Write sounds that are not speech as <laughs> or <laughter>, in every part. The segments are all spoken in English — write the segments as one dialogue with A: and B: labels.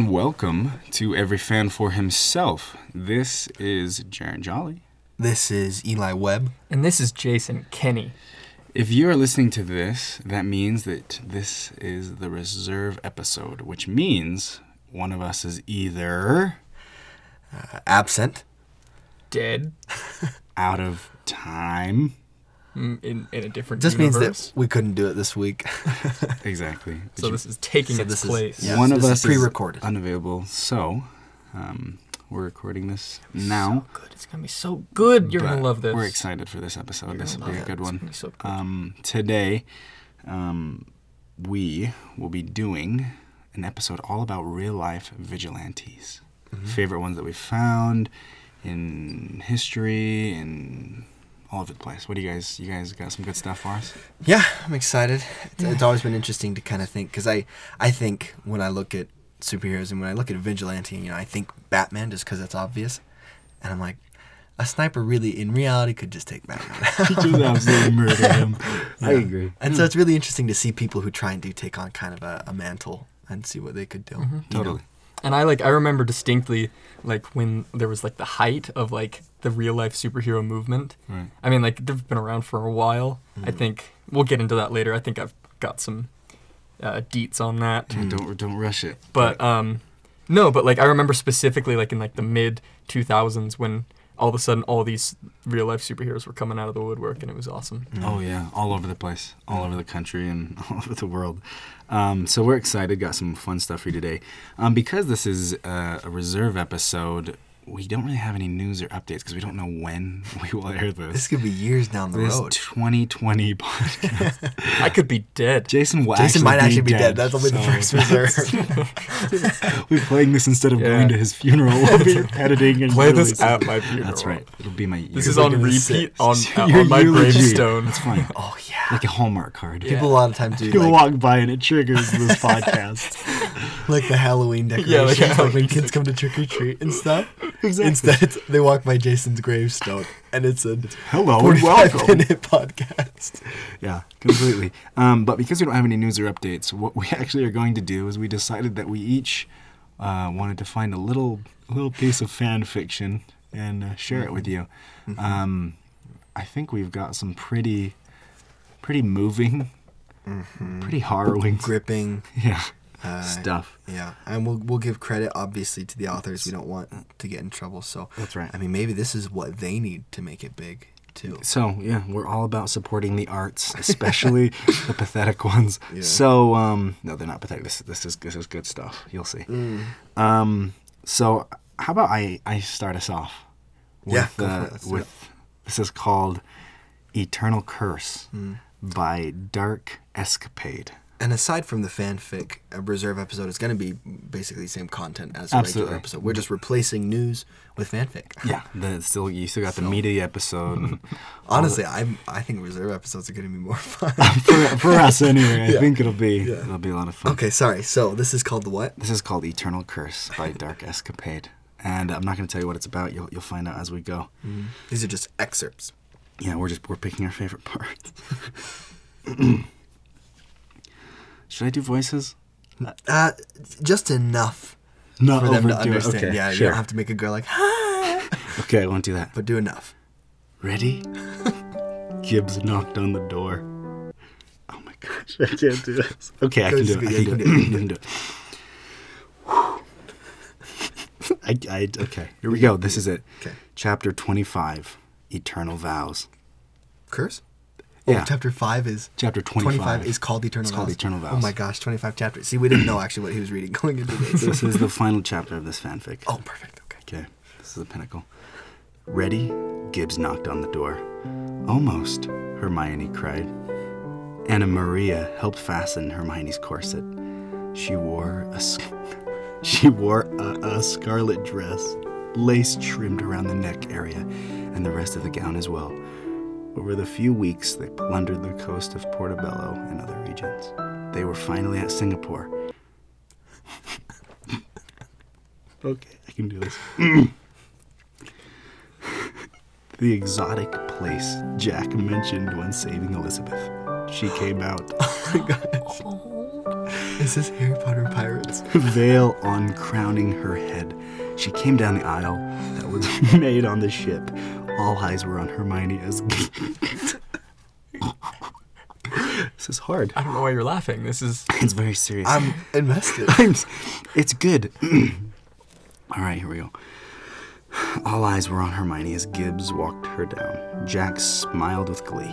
A: welcome to Every Fan for Himself. This is Jaren Jolly.
B: This is Eli Webb.
C: And this is Jason Kenny.
A: If you are listening to this, that means that this is the reserve episode, which means one of us is either
B: Absent.
C: Dead
A: out of
C: <laughs>
A: time.
C: mm, in, in a different
B: Just means
C: universe.
B: that we couldn't do it this
C: <laughs>
B: week.
A: Exactly.
C: so this is taking
B: So
C: its
B: this is-
C: place.
B: yeah.
A: one
B: so
A: of
B: this is
A: us is
B: pre-recorded.
A: unavailable, so um, we're recording this now.
C: Good. It's gonna be so good. You're gonna
A: but
C: love this.
A: We're excited for this episode. This will
C: love
A: be a
C: it.
A: good
C: It's
A: one.
C: gonna be so good.
A: Um, today, um, we will be doing an episode all about real life vigilantes. Favorite ones that we found in history and all over the place. What do you guys? You guys got some good stuff for <laughs> us?
B: yeah, I'm excited. It's, it's always been interesting to kind of think because I, I think when I look at superheroes and when I look at vigilante, you know, I think Batman just because that's obvious, and I'm like, a sniper really in reality could just take Batman.
A: Just absolutely murder him. <laughs>
B: <laughs>
A: I agree.
B: and
C: Hmm.
B: so it's really interesting to see people who try and do take on kind of a, a mantle and see what they could do.
C: Mm-hmm.
B: you know?
A: Totally.
C: and I like I remember distinctly like when there was like the height of like the real life superhero movement.
A: Right.
C: I mean like they've been around for a while. I
B: Mm-hmm.
A: Mm.
C: think we'll get into that later. I think I've got some uh, deets on that.
A: Yeah, Don't don't rush it.
C: But um, no, but like I remember specifically like in like the mid 2000s when all of a sudden all these real life superheroes were coming out of the woodwork and it was awesome.
B: Mm-hmm.
A: Oh yeah, all over the place, all over the country, and <laughs> all over the world. Um, so we're excited. Got some fun stuff for you today. Um, because this is uh, a reserve episode, we don't really have any news or updates because we don't know when <laughs> we will air
B: This
A: this.
B: could be years down the
A: This
B: road.
A: 2020 <laughs> podcast.
C: I could be dead.
A: Jason will
B: Jason
A: actually
B: might
A: be
B: actually be
A: dead.
B: dead. That'll
A: <laughs>
B: be the
A: so
B: first reserve. <laughs>
A: We're playing this instead of
C: Yeah.
A: going to his
C: <laughs>
A: funeral. We'll be <laughs> editing and
C: Play this
A: releasing.
C: at my funeral.
A: That's right. It'll be my.
C: This
A: year. <laughs>
C: is on
B: doing
C: repeat
B: six.
C: <laughs> on, uh,
A: Your
C: on my
A: eulogy. <laughs>
C: gravestone.
A: It's fine.
B: oh yeah.
A: Like a Hallmark card.
C: Yeah.
B: People a lot of times do
A: You
B: like,
A: walk by and it triggers <laughs> this podcast.
B: like the Halloween decorations,
C: Yeah,
B: like,
C: like a
B: when
C: Halloween
B: kids come to trick or treat and stuff.
A: Exactly.
B: Instead, it's, they walk by Jason's gravestone, and it's a
A: Hello and
B: 45
A: welcome.
B: minute podcast.
A: Yeah, completely. um, but because we don't have any news or updates, what we <laughs> actually are going to do is we decided that we each uh, wanted to find a little little piece of fan fiction and uh, share it with you. Um, I think we've got some pretty pretty moving, pretty harrowing, <laughs>
B: Gripping.
A: yeah,
B: Uh,
A: stuff.
B: Yeah, and we'll we'll give credit obviously to the authors. We don't want to get in trouble, so
A: That's right.
B: I mean, maybe this is what they need to make it big too.
A: So yeah, we're all about supporting the arts,
B: <laughs>
A: especially the pathetic ones.
B: Yeah.
A: So um, no, they're not pathetic. This this is this is good stuff. You'll see.
B: Mm.
A: Um, so how about I I start us off?
B: Yeah, go for
A: uh,
B: it. Let's do it.
A: with this is called "Eternal Curse"
B: Mm.
A: by Dark Escapade.
B: And aside from the fanfic, a reserve episode is going to be basically the same content as a
A: Absolutely.
B: regular episode. We're just replacing news with fanfic.
A: Yeah, <laughs> the, still you still got the meat of the episode. And
B: <laughs> Honestly, I I think reserve episodes are going to be more <laughs> fun.
A: for, for us anyway, I
B: Yeah.
A: think it'll be
B: Yeah.
A: it'll be a lot of fun.
B: okay, sorry. So this is called the what?
A: This is called Eternal Curse by <laughs> Dark Escapade. And I'm not going to tell you what it's about. You'll, you'll find out as we go.
B: These are just excerpts.
A: Yeah, we're just we're picking our favorite <laughs> parts. Should I do voices?
B: Uh, just enough
A: Not
B: for them to
A: overdo it.
B: understand.
A: Okay,
B: yeah, you
A: sure.
B: don't have to make a girl like,
A: <laughs>
B: "Hi,"
A: Okay, I won't do that.
B: but do enough.
A: Ready? <laughs> Gibbs knocked on the door. Oh my gosh, I can't do this. Okay, I
B: Go,
A: can do
B: just
A: it. I
B: do
A: can
B: it.
A: do
B: Yeah,
A: it. I can do it. I, I, okay, here we go. This is it.
B: Okay.
A: Chapter 25 Eternal Vows.
B: Curse.
A: Yeah.
B: Oh, chapter five is.
A: Chapter 25.
B: 25, is called Eternal
A: It's called
B: Vows.
A: Eternal
B: Oh
A: Vows.
B: my gosh, 25 chapters. See, we didn't know actually what he was reading <laughs> going into
A: <laughs>
B: this.
A: this is the final chapter of this fanfic.
B: oh, perfect. Okay.
A: Okay, this is the pinnacle. Ready? Gibbs knocked on the door. Almost, Hermione cried. Anna Maria helped fasten Hermione's corset. She wore a sc- <laughs> she wore a, a scarlet dress, lace trimmed around the neck area, and the rest of the gown as well. Over the few weeks, they plundered the coast of Portobello and other regions. They were finally at Singapore. <laughs> okay, I can do this. the exotic place Jack mentioned when saving Elizabeth. She came out.
B: Is this Harry Potter and Pirates?
A: <laughs> veil on crowning her head. She came down the aisle that was <laughs> made on the ship. All eyes were on Hermione as. <laughs> this is hard.
C: I don't know why you're laughing. This is
A: It's very serious.
B: I'm invested.
A: I'm, it's good. <clears throat> All right, here we go. All eyes were on Hermione as Gibbs walked her down. Jack smiled with glee.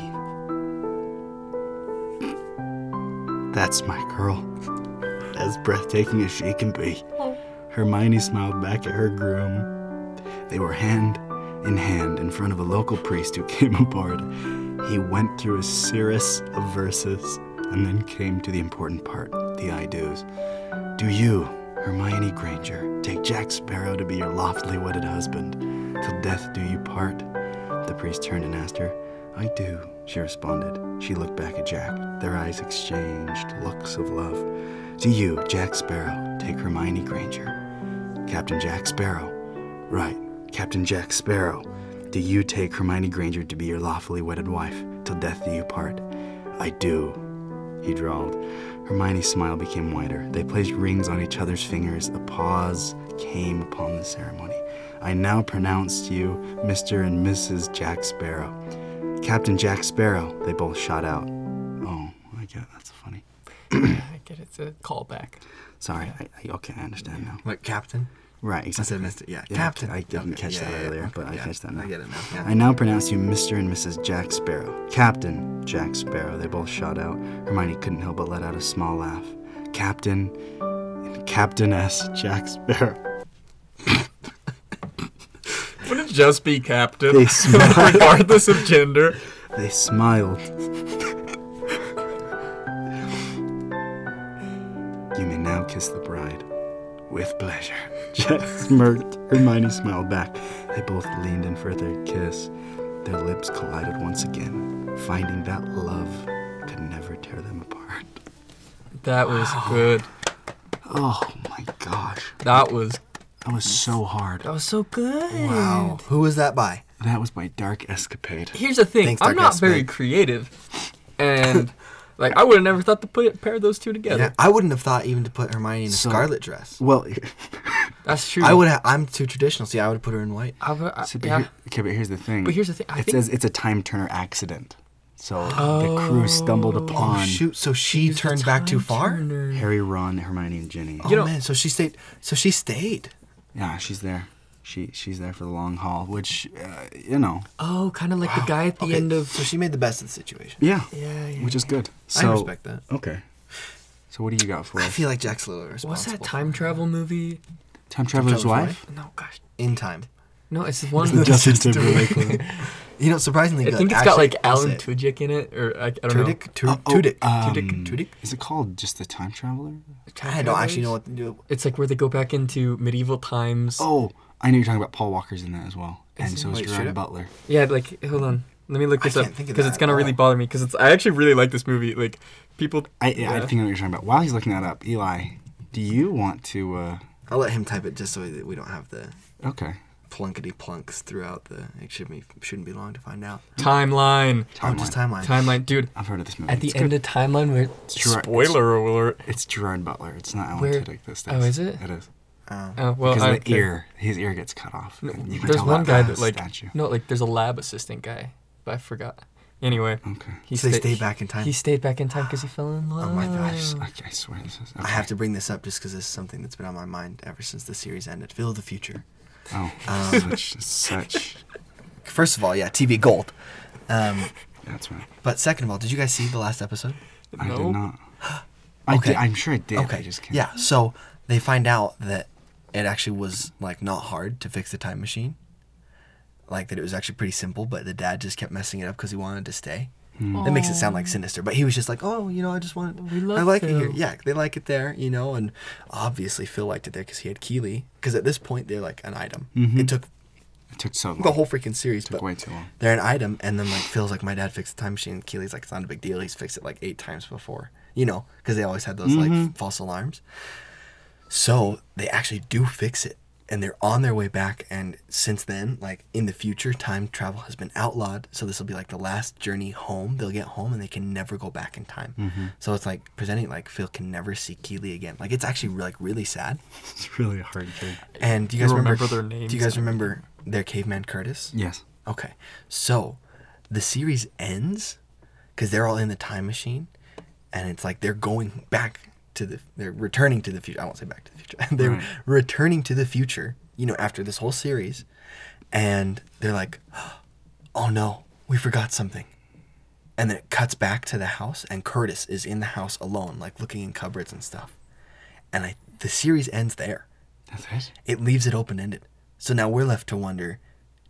A: That's my girl. As breathtaking as she can be. Hermione smiled back at her groom. They were hand in hand in front of a local priest who <laughs> came aboard. He went through a series of verses and then came to the important part the I do's. Do you, Hermione Granger, take Jack Sparrow to be your lawfully wedded husband? Till death do you part? The priest turned and asked her. I do, she responded. She looked back at Jack. Their eyes exchanged looks of love. Do you, Jack Sparrow, take Hermione Granger? Captain Jack Sparrow. Right, Captain Jack Sparrow. Do you take Hermione Granger to be your lawfully wedded wife? Till death do you part? I do, he drawled. Hermione's smile became wider. They placed rings on each other's fingers. A pause came upon the ceremony. I now pronounce to you Mr. and Mrs. Jack Sparrow. Captain Jack Sparrow, they both shot out. Oh, I get that's funny.
C: I get it's a callback.
A: Sorry, I, I, okay, I understand now.
B: <laughs> What, Captain?
A: Right,
B: I
A: exactly.
B: said Mr. Yeah,
A: Yeah,
B: Captain.
A: I didn't
B: Okay,
A: catch
B: yeah,
A: that
B: yeah,
A: earlier,
B: okay,
A: but I
B: yeah,
A: catch that now.
B: I get it now. yeah.
A: I now pronounce you Mr. and Mrs. Jack Sparrow. Captain Jack Sparrow. They both shot out. Hermione couldn't help but let out a small laugh. Captain and Captainess Jack Sparrow.
C: Wouldn't it just be captain,
A: They smiled.
C: <laughs> regardless of gender?
A: They smiled. you may now kiss the bride. With pleasure. Jack smirked. Hermione smiled back. They both leaned in for their kiss. Their lips collided once again, finding that love could never tear them apart.
C: That was good.
A: Oh my gosh.
C: That was
A: That was so hard.
C: that was so good.
B: Wow. Who was that by?
A: That was my dark escapade.
C: Here's the thing.
B: Thanks,
C: I'm
B: Dr.
C: not very
B: Spade.
C: creative,
B: <laughs>
C: and like I would have never thought to put pair those two together.
B: Yeah, I wouldn't have thought even to put Hermione in a
A: So-
B: scarlet dress.
A: Well,
C: That's true.
B: I would. Ha- I'm too traditional. See, I would have put her in white.
C: I would- I-
A: see, but
C: Uh, yeah.
A: here- okay, but here's the thing.
C: But here's the thing. I
A: it
C: think
A: says it's a time turner accident. So the crew stumbled
C: Oh,
A: upon
B: Oh, Shoot. So she
C: Use the
B: turned back too
C: time
B: far.
C: turner.
A: Harry, Ron, Hermione, and Ginny.
B: Oh
C: You know-
B: man. So she stayed. So she stayed.
A: Yeah, she's there. She she's there for the long haul, which uh, you know,
C: Oh, kind of like the guy at the
B: Okay,
C: end of.
B: So she made the best of the situation.
A: yeah,
C: Yeah, yeah.
A: which is good.
B: I
A: So
B: respect that.
A: okay. So what do you got for
B: I
A: us?
B: feel like Jack's a little responsible.
C: What's that time travel movie?
A: Time Traveler's
B: Traveler's
A: Wife.
C: No, gosh.
B: in time?
C: No, it's one.
B: <laughs>
A: The
C: <laughs>
A: Justin Timberlake. one.
B: You know, surprisingly
C: I
B: good.
C: think it's got
B: Actually,
C: like
B: I'll
C: Alan
B: say it.
C: Tudyk in it, or I, I don't know.
B: Tudyk. Tur-
A: Oh, oh,
B: Tudyk.
A: um,
B: Tudyk. Tudyk.
A: Is it called just the Time Traveler?
B: I don't actually know what to do.
C: It's like where they go back into medieval times.
A: Oh, I know you're talking about Paul Walker's in that as well, and
C: Is
A: so is
B: Wait,
A: Gerard
B: straight up?
A: Butler.
C: Yeah, like hold on. Let me look
B: I
C: this up
B: can't think of
C: because
B: that
C: it's
B: at
C: gonna really
B: all.
C: bother me because it's I actually really like this movie. Like people,
A: I, I
C: Yeah.
A: think I know what you're talking about. While he's looking that up, Eli, do you want to? Uh,
B: I'll let him type it just so that we don't have the
A: okay,
B: plunkety plunks throughout the. It should be shouldn't be long to find out.
C: timeline,
B: Oh, just timeline.
C: timeline, dude.
A: I've heard of this movie.
C: At the
A: It's
C: end
A: good.
C: of timeline, where
A: Gerard-
C: spoiler alert.
A: it's Gerard Butler. It's not Alan
C: Where-
A: Tudyk. This
C: oh,
A: is.
C: is it?
A: It is.
B: Oh.
C: Oh well,
A: Because
C: I
A: the
C: don't care.
A: ear, his ear gets cut off.
C: No,
A: And you can
C: there's
A: tell
C: one
A: by
C: guy
A: the
C: that like
A: statue.
C: no, like there's a lab assistant guy, but I forgot. Anyway,
A: Okay.
C: he
B: So they
C: sta-
B: stayed back in time?
C: He stayed back in time because he fell in love.
B: Oh my
A: I,
B: gosh.
A: s- I- I swear this is. Okay.
B: I have to bring this up just because this is something that's been on my mind ever since the series ended. Feel the future.
A: Oh,
B: Um,
A: such such.
B: First of all, yeah, TV gold. Um,
A: That's right.
B: but second of all, did you guys see the last episode?
A: I did
C: Nope. <gasps>
A: not. I
B: Okay.
A: did, I'm sure I did. I just can't.
B: Yeah. So they find out that it actually was like not hard to fix the time machine. Like that it was actually pretty simple, but the dad just kept messing it up because he wanted to stay. That makes it sound like sinister, but he was just like, "Oh, you know, I just want.
C: Hmm. We love
B: I like it here.
C: Phil."
B: Yeah, they like it there, you know." And obviously, Phil liked it there because he had Keeley. Because at this point, they're like an item.
C: Mm-hmm.
B: It took
A: It took so long.
B: the whole freaking series,
A: took
B: but
A: way too long.
B: they're an item, and then like Phil's like, my dad fixed the time machine. Keely's like, it's not a big deal. He's fixed it like eight times before, you know,
A: Mm-hmm.
B: because they always had those like false alarms. So they actually do fix it, and they're on their way back. And since then, like in the future, time travel has been outlawed. So this will be like the last journey home. They'll get home and they can never go back in time.
A: Mm-hmm.
B: So it's like presenting like Phil can never see Keeley again. Like it's actually like really sad.
A: It's really a hard thing.
B: And do you
C: You
B: guys remember,
C: remember their
B: Do you
C: names
B: guys
C: and
B: remember their caveman Curtis?
A: Yes.
B: Okay. So the series ends because they're all in the time machine and it's like they're going back to the, they're returning to the future. I won't say back to the future. <laughs> they're
A: Right.
B: returning to the future, you know, after this whole series. And they're like, oh no, we forgot something. And then it cuts back to the house and Curtis is in the house alone, like looking in cupboards and stuff. And I, the series ends there
A: That's it.
B: it leaves it open ended. So now we're left to wonder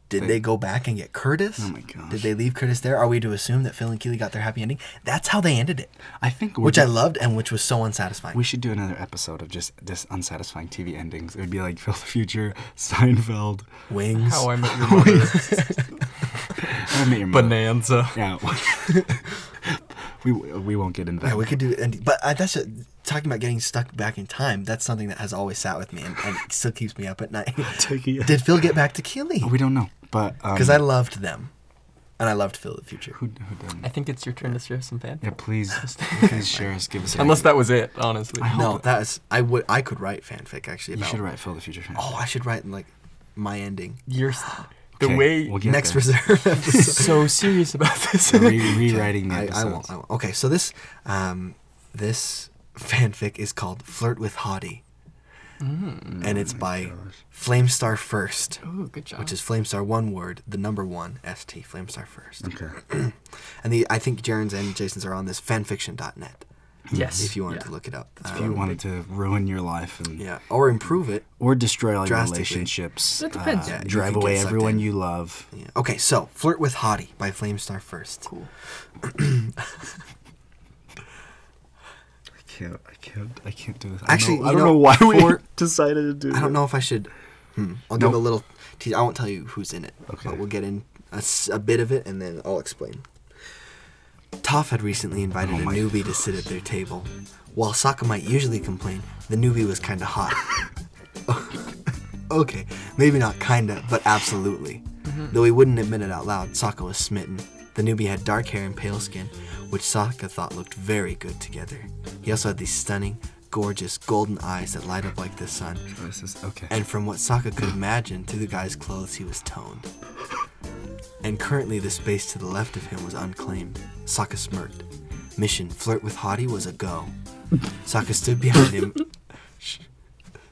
B: did they, go back and get Curtis?
A: Oh my gosh.
B: Did they leave Curtis there? Are we to assume that Phil and Keely got their happy ending? That's how they ended it,
A: I think we're
B: which I
A: ju-
B: loved and which was so unsatisfying.
A: we should do another episode of just just unsatisfying TV endings. It would be like <laughs> Phil the Future, Seinfeld,
B: Wings.
C: How I Met Your Mother,
A: I Met Your Mother.
C: Bonanza.
A: Yeah. <laughs> we we won't get into that.
B: yeah, we could do ending, but I, that's just, talking about getting stuck back in time. That's something that has always sat with me and, and it still keeps me up
A: <laughs>
B: at night.
A: Taking-
B: Did Phil get back to Keely?
A: We don't know, but
B: Because
A: um,
B: I loved them, and I loved Phil the Future.
A: who, who didn't?
C: I think it's your turn to share some fan.
A: Yeah, please, please share us. Give us. a-
C: <laughs> Unless that was it, honestly.
A: I
B: No, that is I would I could write fanfic actually.
A: you
B: About,
A: should write Phil the Future. fan.
B: Oh, I should write like my ending.
C: You're s- the
A: Okay,
C: way <laughs>
A: we'll get
B: Next
A: there.
B: reserve <laughs> episode.
C: so serious about
A: <laughs>
C: this.
A: Re- <laughs> rewriting <laughs> the
B: I,
A: episodes.
B: I won't, I won't. Okay, so this um, this fanfic is called "Flirt with Hottie,"
C: Mm-hmm.
B: and it's
A: Mm,
B: by Flamestar First,
C: Ooh, good job.
B: which is Flamestar one word, the number one st Flamestar First.
A: Okay.
B: And the I think Jaren's and Jason's are on this fanfiction.net
C: yes.
B: if you wanted
C: Yeah.
B: to look it up.
A: If you
B: Um,
A: wanted to ruin your life and
B: yeah, or improve it.
A: or destroy all your
B: Drastically.
A: relationships, uh,
C: It depends. Yeah, you
A: drive
B: can get
A: away
B: sucked
A: everyone
B: in.
A: you love.
B: Yeah. Okay, so "Flirt with Hottie" by Flamestar First.
C: Cool.
A: I can't. I can't. I can't do this.
B: Actually,
A: I,
B: you
A: know, I don't
B: know,
A: know why
B: for-
A: we <laughs> decided to do.
B: I don't
A: it.
B: know if I should. Hmm, I'll give
A: Nope.
B: a little. Te- I won't tell you who's in it,
A: Okay.
B: but we'll get in a, s- a bit of it and then I'll explain. Toph had recently invited a
A: Oh my
B: newbie to sit at their table. While Sokka might usually complain, the newbie was
A: <laughs>
B: kinda hot. okay, maybe not kinda, but absolutely. Though he wouldn't admit it out loud, Sokka was smitten. The newbie had dark hair and pale skin, which Sokka thought looked very good together. He also had these stunning, gorgeous, golden eyes that light up like the sun,
A: This is okay.
B: and from what Sokka could imagine through the guy's clothes, he was toned. And currently, the space to the left of him was unclaimed. Sokka smirked. Mission flirt with Hottie was a go. Sokka stood behind him. Shh.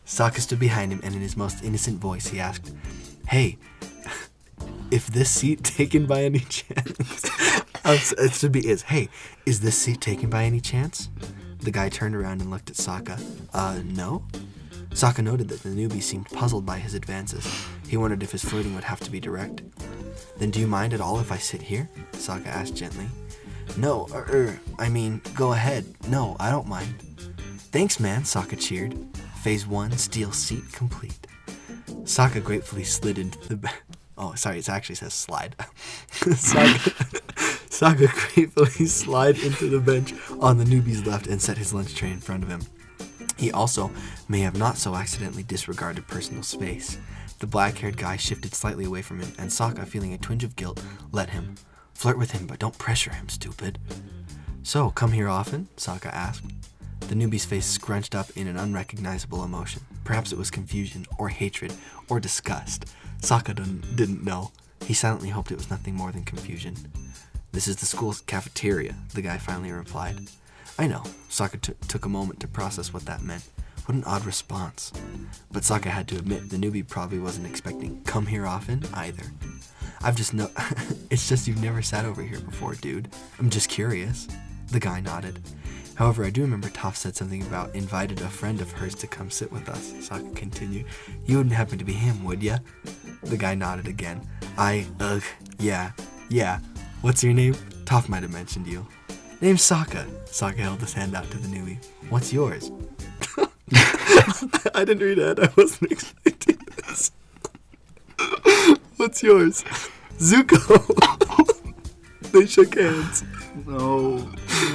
B: Sokka stood behind him, and in his most innocent voice, he asked, "Hey, if this seat taken by any chance?" <laughs> I'm s- it should be is. Hey, is this seat taken by any chance? The guy turned around and looked at Sokka. Uh, no. Sokka noted that the newbie seemed puzzled by his advances. He wondered if his flirting would have to be direct. Then do you mind at all if I sit here? Sokka asked gently. No, er, er, I mean, go ahead. No, I don't mind. Thanks, man, Sokka cheered. Phase 1, steel seat complete. Sokka gratefully slid into the back. <laughs> Oh, sorry, it actually says slide. <laughs> Sokka, <laughs> Sokka gratefully <laughs> slid into the bench on the newbie's left and set his lunch tray in front of him. He also may have not so accidentally disregarded personal space. The black haired guy shifted slightly away from him, and Sokka, feeling a twinge of guilt, let him. Flirt with him, but don't pressure him, stupid. So, come here often? Sokka asked. The newbie's face scrunched up in an unrecognizable emotion. Perhaps it was confusion, or hatred, or disgust. Sokka didn't, didn't know. He silently hoped it was nothing more than confusion. This is the school's cafeteria, the guy finally replied. I know. Sokka t- took a moment to process what that meant. What an odd response. But Sokka had to admit the newbie probably wasn't expecting come here often either. I've just no <laughs> it's just you've never sat over here before, dude. I'm just curious. The guy nodded. However, I do remember Toph said something about invited a friend of hers to come sit with us. Sokka continued. You wouldn't happen to be him, would ya? The guy nodded again. I ugh yeah. Yeah. What's your name? Toph might have mentioned you. Name's Sokka. Sokka held his hand out to the newbie. What's yours? <laughs> I didn't read it. I wasn't expecting this. What's yours? <laughs> Zuko. they shook hands.
D: <laughs>
A: No,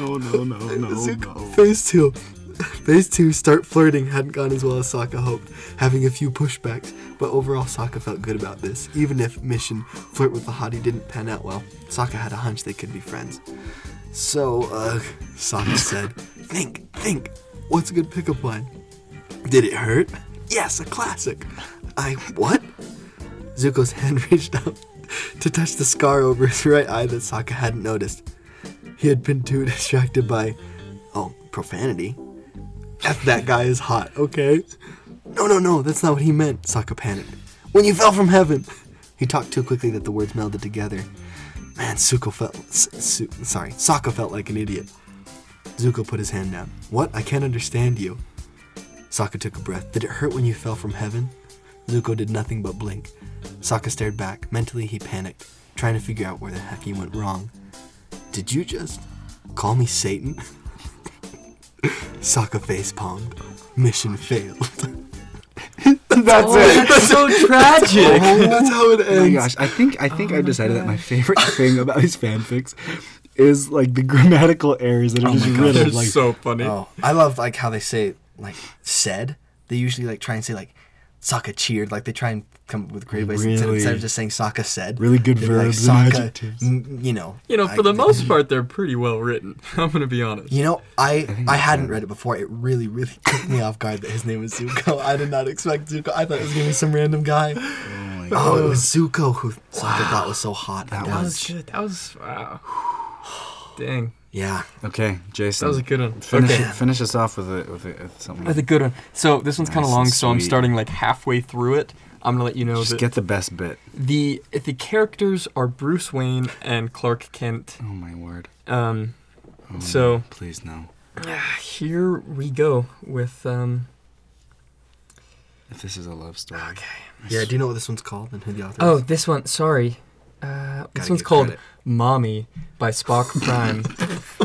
A: no, no, no, no, <laughs>
B: Zuko, phase two.
D: Phase 2, Start Flirting, hadn't gone as well as Sokka hoped, having a few pushbacks, but overall Sokka felt good about this, even if Mission Flirt with the Hottie didn't pan out well. Sokka had a hunch they could be friends. So, uh, Sokka
A: <laughs>
D: said, Think, think, what's a good pickup line? Did it hurt? Yes, a classic. I what? Zuko's <laughs> hand reached out to touch the scar over his right eye that Sokka hadn't noticed. He had been too <laughs> distracted by, oh, profanity. F that guy is hot, okay? No, no, no, that's not what he meant, Sokka panicked. When you fell from heaven! He talked too quickly that the words melded together. Man, Zuko felt. S- Su- sorry, Sokka felt like an idiot. Zuko put his hand down. What? I can't understand you. Sokka took a breath. Did it hurt when you fell from heaven? Zuko did nothing but blink. Sokka stared back. Mentally, he panicked, trying to figure out where the heck he went wrong. Did you just call me Satan? Sokka face palmed. Mission failed.
A: That's it.
C: <laughs> Oh, That's so <laughs>
B: <laughs>
C: tragic.
D: That's how it
A: Oh my
D: ends.
A: gosh, I think I think I've decided that Oh my favorite <laughs> thing about his fanfics is like the grammatical errors
C: Oh
A: that are just riddled. Like,
C: It's so funny.
B: Oh, I love like how they say like said. They usually like try and say like Sokka cheered. Like they try and come up with creative ways instead,
A: Really-
B: instead of just saying Sokka said.
A: really good
B: they'd be like,
A: verbs and
B: "Sokka,
A: adjectives."
B: n- you know.
C: You know,
B: I-
C: for the most part, they're pretty well written. <laughs> I'm gonna be honest.
B: You know, I I hadn't read it before. It really really took me off guard that his name was Zuko. I did not expect Zuko. I thought it was gonna be some random guy. Oh, it was Zuko who Sokka thought was so hot. That,
C: That was good. That was wow. <sighs> Dang,
B: yeah.
A: okay, Jason.
C: that was a good one.
A: Finish,
C: okay.
A: finish us off with a, with, a, with something.
C: That's a good one. So this one's kind
A: Nice
C: of
A: and
C: long, so I'm
A: sweet.
C: starting like halfway through it. I'm gonna let you know
A: Just
C: that
A: get the best bit.
C: the the characters are Bruce Wayne and Clark Kent.
A: Oh my word.
C: Um,
A: Oh,
C: So-
A: please no.
C: here we go with um.
A: If this is a love story.
B: Yeah. Do you know what this one's called and who the author
C: Oh,
B: is?
C: this one. Sorry. Uh, this
B: Gotta
C: one's
B: give
C: called
B: credit.
C: "Mommy" by Spock Prime.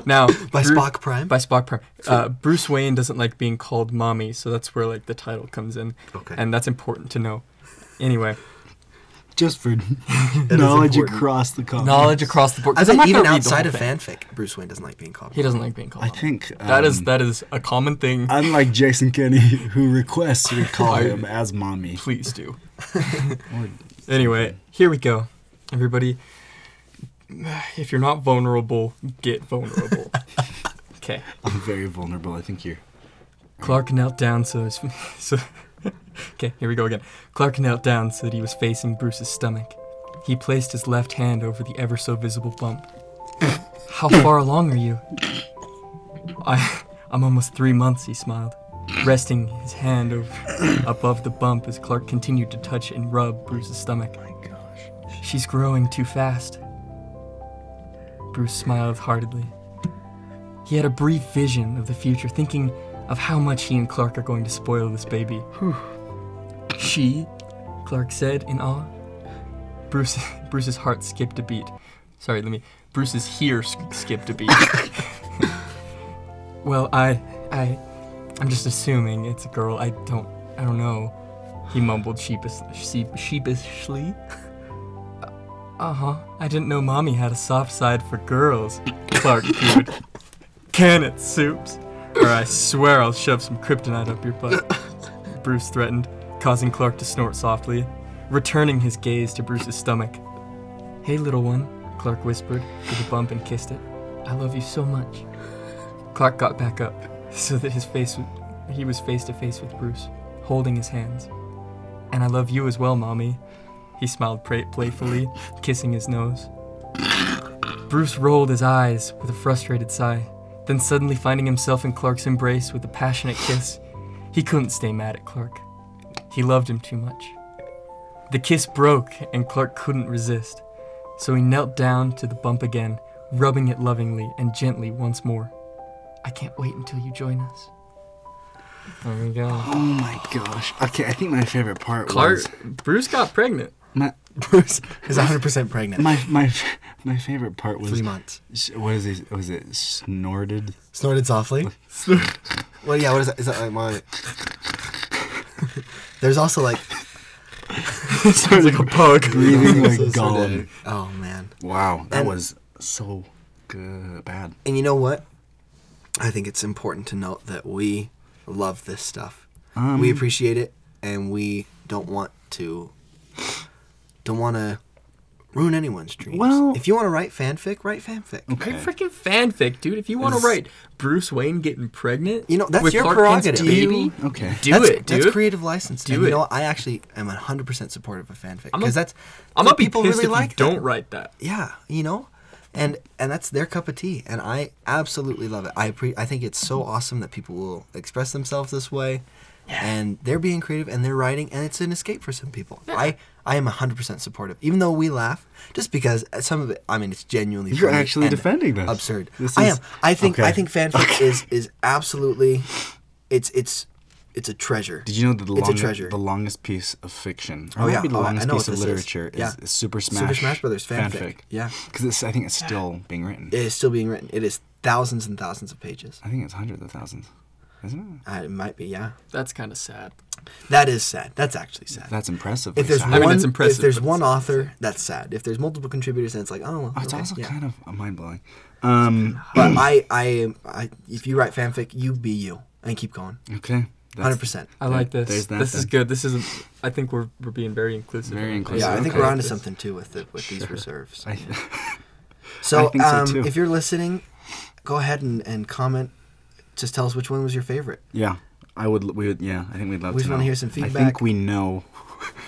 C: now,
B: <laughs> By
C: Bru-
B: Spock Prime.
C: By Spock Prime. Uh, Bruce Wayne doesn't like being called "Mommy," so that's where like the title comes in,
B: okay.
C: and that's important to know. Anyway,
A: Just
C: <laughs>
A: for
B: That
A: <laughs>
B: is
A: knowledge
B: important.
A: across the
B: Oh,
A: country.
C: knowledge across the board.
B: I
C: 'cause I'm
B: think
C: not
B: even
C: gonna read the
B: outside
C: whole
B: of
C: thing.
B: fanfic, Bruce Wayne doesn't like being called.
C: He doesn't like being called.
A: I
C: Mom.
A: think
C: that is
A: um,
C: that is a common thing.
A: Unlike Jason Kenny, who requests we call
C: <laughs> I-
A: him as mommy.
C: Please do.
A: Or-
C: Anyway, here we go. Everybody, if you're not vulnerable,
B: <laughs>
C: get vulnerable. Okay.
A: I'm very vulnerable. I think you're.
C: Clark knelt down so his. <laughs> So, okay, here we go again. Clark knelt down so that he was facing Bruce's stomach. He placed his left hand over the ever so visible bump. How far along are you? I, I'm almost three months, he smiled, resting his hand over, above the bump as Clark continued to touch and rub Bruce's stomach. She's growing too fast. Bruce smiled heartedly. He had a brief vision of the future, thinking of how much he and Clark are going to spoil this baby. She, Clark said in awe. Bruce, <laughs> Bruce's heart skipped a beat. Sorry, let me. Bruce's here sk- skipped a beat. <laughs> well, I, I, I'm just assuming it's a girl. I don't, I don't know. He mumbled sheepish, sheep, sheepishly. Uh huh. I didn't know mommy had a soft side for girls. Clark <laughs> cooed. Can it, Soups? Or I swear I'll shove some kryptonite up your butt. Bruce threatened, causing Clark to snort softly, returning his gaze to Bruce's stomach. Hey, little one, Clark whispered with a bump and kissed it. I love you so much. Clark got back up so that his face was, he was face to face with Bruce, holding his hands. And I love you as well, mommy. He smiled pra- playfully, kissing his nose. Bruce rolled his eyes with a frustrated sigh, then suddenly finding himself in Clark's embrace with a passionate kiss. He couldn't stay mad at Clark. He loved him too much. The kiss broke, and Clark couldn't resist, so he knelt down to the bump again, rubbing it lovingly and gently once more. I can't wait until you join us. There we go.
A: Oh my gosh. Okay, I think my favorite part
C: Clark,
A: was
C: Bruce
B: <laughs>
C: got pregnant.
A: my
B: Bruce is 100% pregnant.
A: my my f- my favorite part was
B: Three months.
A: sh- what is it? Was it <laughs> snorted?
B: Snorted
C: <laughs>
B: softly. well, yeah. What is that? Is that like my? There's also like
A: Sounds like a pug
C: Oh
A: breathing like
B: so
A: Gollum.
B: sorted. Oh man.
A: Oh Wow, that
B: And-
A: was so good. Bad.
B: And you know what? I think it's important to note that we love this stuff.
A: Um,
B: we appreciate it, and we don't want to don't want to ruin anyone's dreams.
A: Well-
B: if you want to write fanfic, write fanfic.
A: Okay.
C: Write freaking fanfic, dude. If you want to write Bruce Wayne getting pregnant,
B: You know, that's
C: with
B: your
C: Clark Kent's
B: prerogative.
C: baby,
A: You- okay.
C: do
B: that's,
C: it, dude.
B: That's creative license.
C: Do
B: and
C: it.
B: You know, I actually am 100% supportive of fanfic
C: I'm a-
B: because that's
C: I'm
B: the
C: gonna be pissed if you
B: that.
C: don't write that.
B: yeah, you know, and and that's their cup of tea, and I absolutely love it. I pre- I think it's so awesome that people will express themselves this way, and they're being creative and they're writing, and it's an escape for some people. I I am hundred percent supportive, even though we laugh, just because some of it. I mean, it's genuinely
A: You're
B: funny
A: actually
B: and
A: defending this.
B: absurd.
A: This
B: I
A: is-
B: am. I think
A: okay.
B: I think fanfic is is absolutely, it's it's it's a treasure.
A: Did you know that the,
B: It's a
A: long,
B: treasure.
A: the longest piece of fiction, or
B: Oh,
A: might
B: yeah.
A: be the
B: Oh, I- I
A: longest
B: know
A: piece
B: what
A: of
B: this is.
A: literator, is,
B: Yeah.
A: is Super Smash.
B: Super Smash Brothers fanfic. Yeah.
A: because I think it's still being written.
B: It is still being written. It is thousands and thousands of pages.
A: I think it's hundreds of thousands, isn't
B: Uh, it might be, yeah.
C: That's kind of sad.
B: That is sad. That's actually
A: it?
B: sad.
A: That's impressive.
B: if there's
A: Exactly.
B: one,
C: mean, it's impressive,
B: if there's
C: but
B: one
C: it's-
B: author, that's sad. If there's multiple contributors, then it's like, oh, well,
A: Oh, it's
B: okay,
A: also
B: yeah.
A: kind of mind blowing. Um,
B: But I, I am, I, if you write fanfic, you be you and keep going,
A: okay,
B: hundred percent.
C: I like
A: There-
C: this.
A: there's that
C: this is
A: then.
C: good. This is. I think we're we're being very inclusive.
A: Very
C: in this.
A: inclusive.
B: Yeah, I think
A: Okay.
B: we're onto something too with the, with these
A: Sure.
B: reserves.
A: I,
B: So,
A: I think so,
B: um,
A: too.
B: if you're listening, go ahead and, and comment. Just tell us which one was your favorite.
A: yeah, I would. We would. Yeah, I think we'd love
B: We
A: to.
B: just wanna
A: know.
B: hear some
A: I think
B: feedback.
A: we know.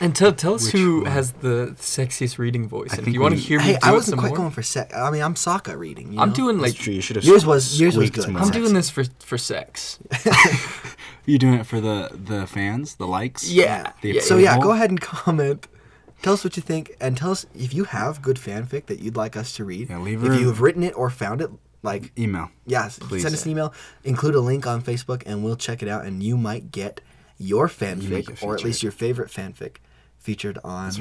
C: And tell tell us
A: Which
C: who
A: one?
C: has the sexiest reading voice.
A: I
C: And if
A: think
C: you want to
A: we-
C: hear me
B: Hey,
C: do
B: I
C: it
B: wasn't
C: some
B: quite
C: more-
B: going for sex. I mean, I'm Sokka reading. You
C: I'm
B: know?
C: doing
A: Like,
C: like
A: true. You should have.
B: Yours was- yours was
A: squeaked
B: good.
A: more.
C: I'm
B: sex.
C: doing this for for sex.
A: You doing it for the the fans, the likes?
C: Yeah.
A: The
C: Yeah.
B: So yeah,
A: approval?
B: go ahead and comment. Tell us what you think, and tell us if you have good fanfic that you'd like us to read.
A: Yeah, leave
B: if
A: her-
B: you have written it or found it, like
A: Email.
B: yes,
A: Please.
B: send us an email. Include a link on Facebook, and we'll check it out. And you might get your
A: might
B: fanfic,
A: get
B: or at least
A: featured.
B: your favorite fanfic, featured on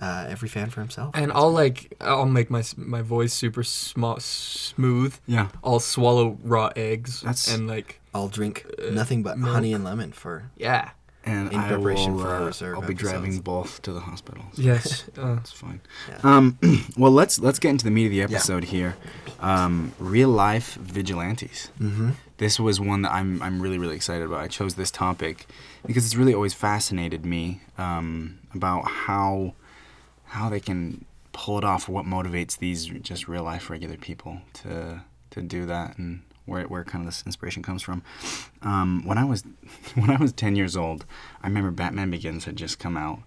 B: uh, every fan for himself.
C: And I'll like I'll make my s- my voice super small smooth.
A: Yeah.
C: I'll swallow raw eggs.
A: That's-
C: and like
B: I'll drink
A: uh,
B: nothing but honey and lemon for.
C: yeah.
A: And
B: in
A: I
B: preparation
A: will,
B: for our
A: uh,
B: reserve
A: I'll be driving
B: episodes.
A: both to the hospital. so
C: Yes. <laughs> Uh,
A: That's fine.
B: Yeah.
A: Um, <clears throat> well, let's let's get into the meat of the episode here. Um, real life vigilantes. Mm-hmm. This was one that I'm I'm really really excited about. I chose this topic because it's really always fascinated me um, about how how they can pull it off. What motivates these just real life regular people to to do that and where, where kind of this inspiration comes from. Um, when I was <laughs> when I was ten years old, I remember Batman Begins had just come out,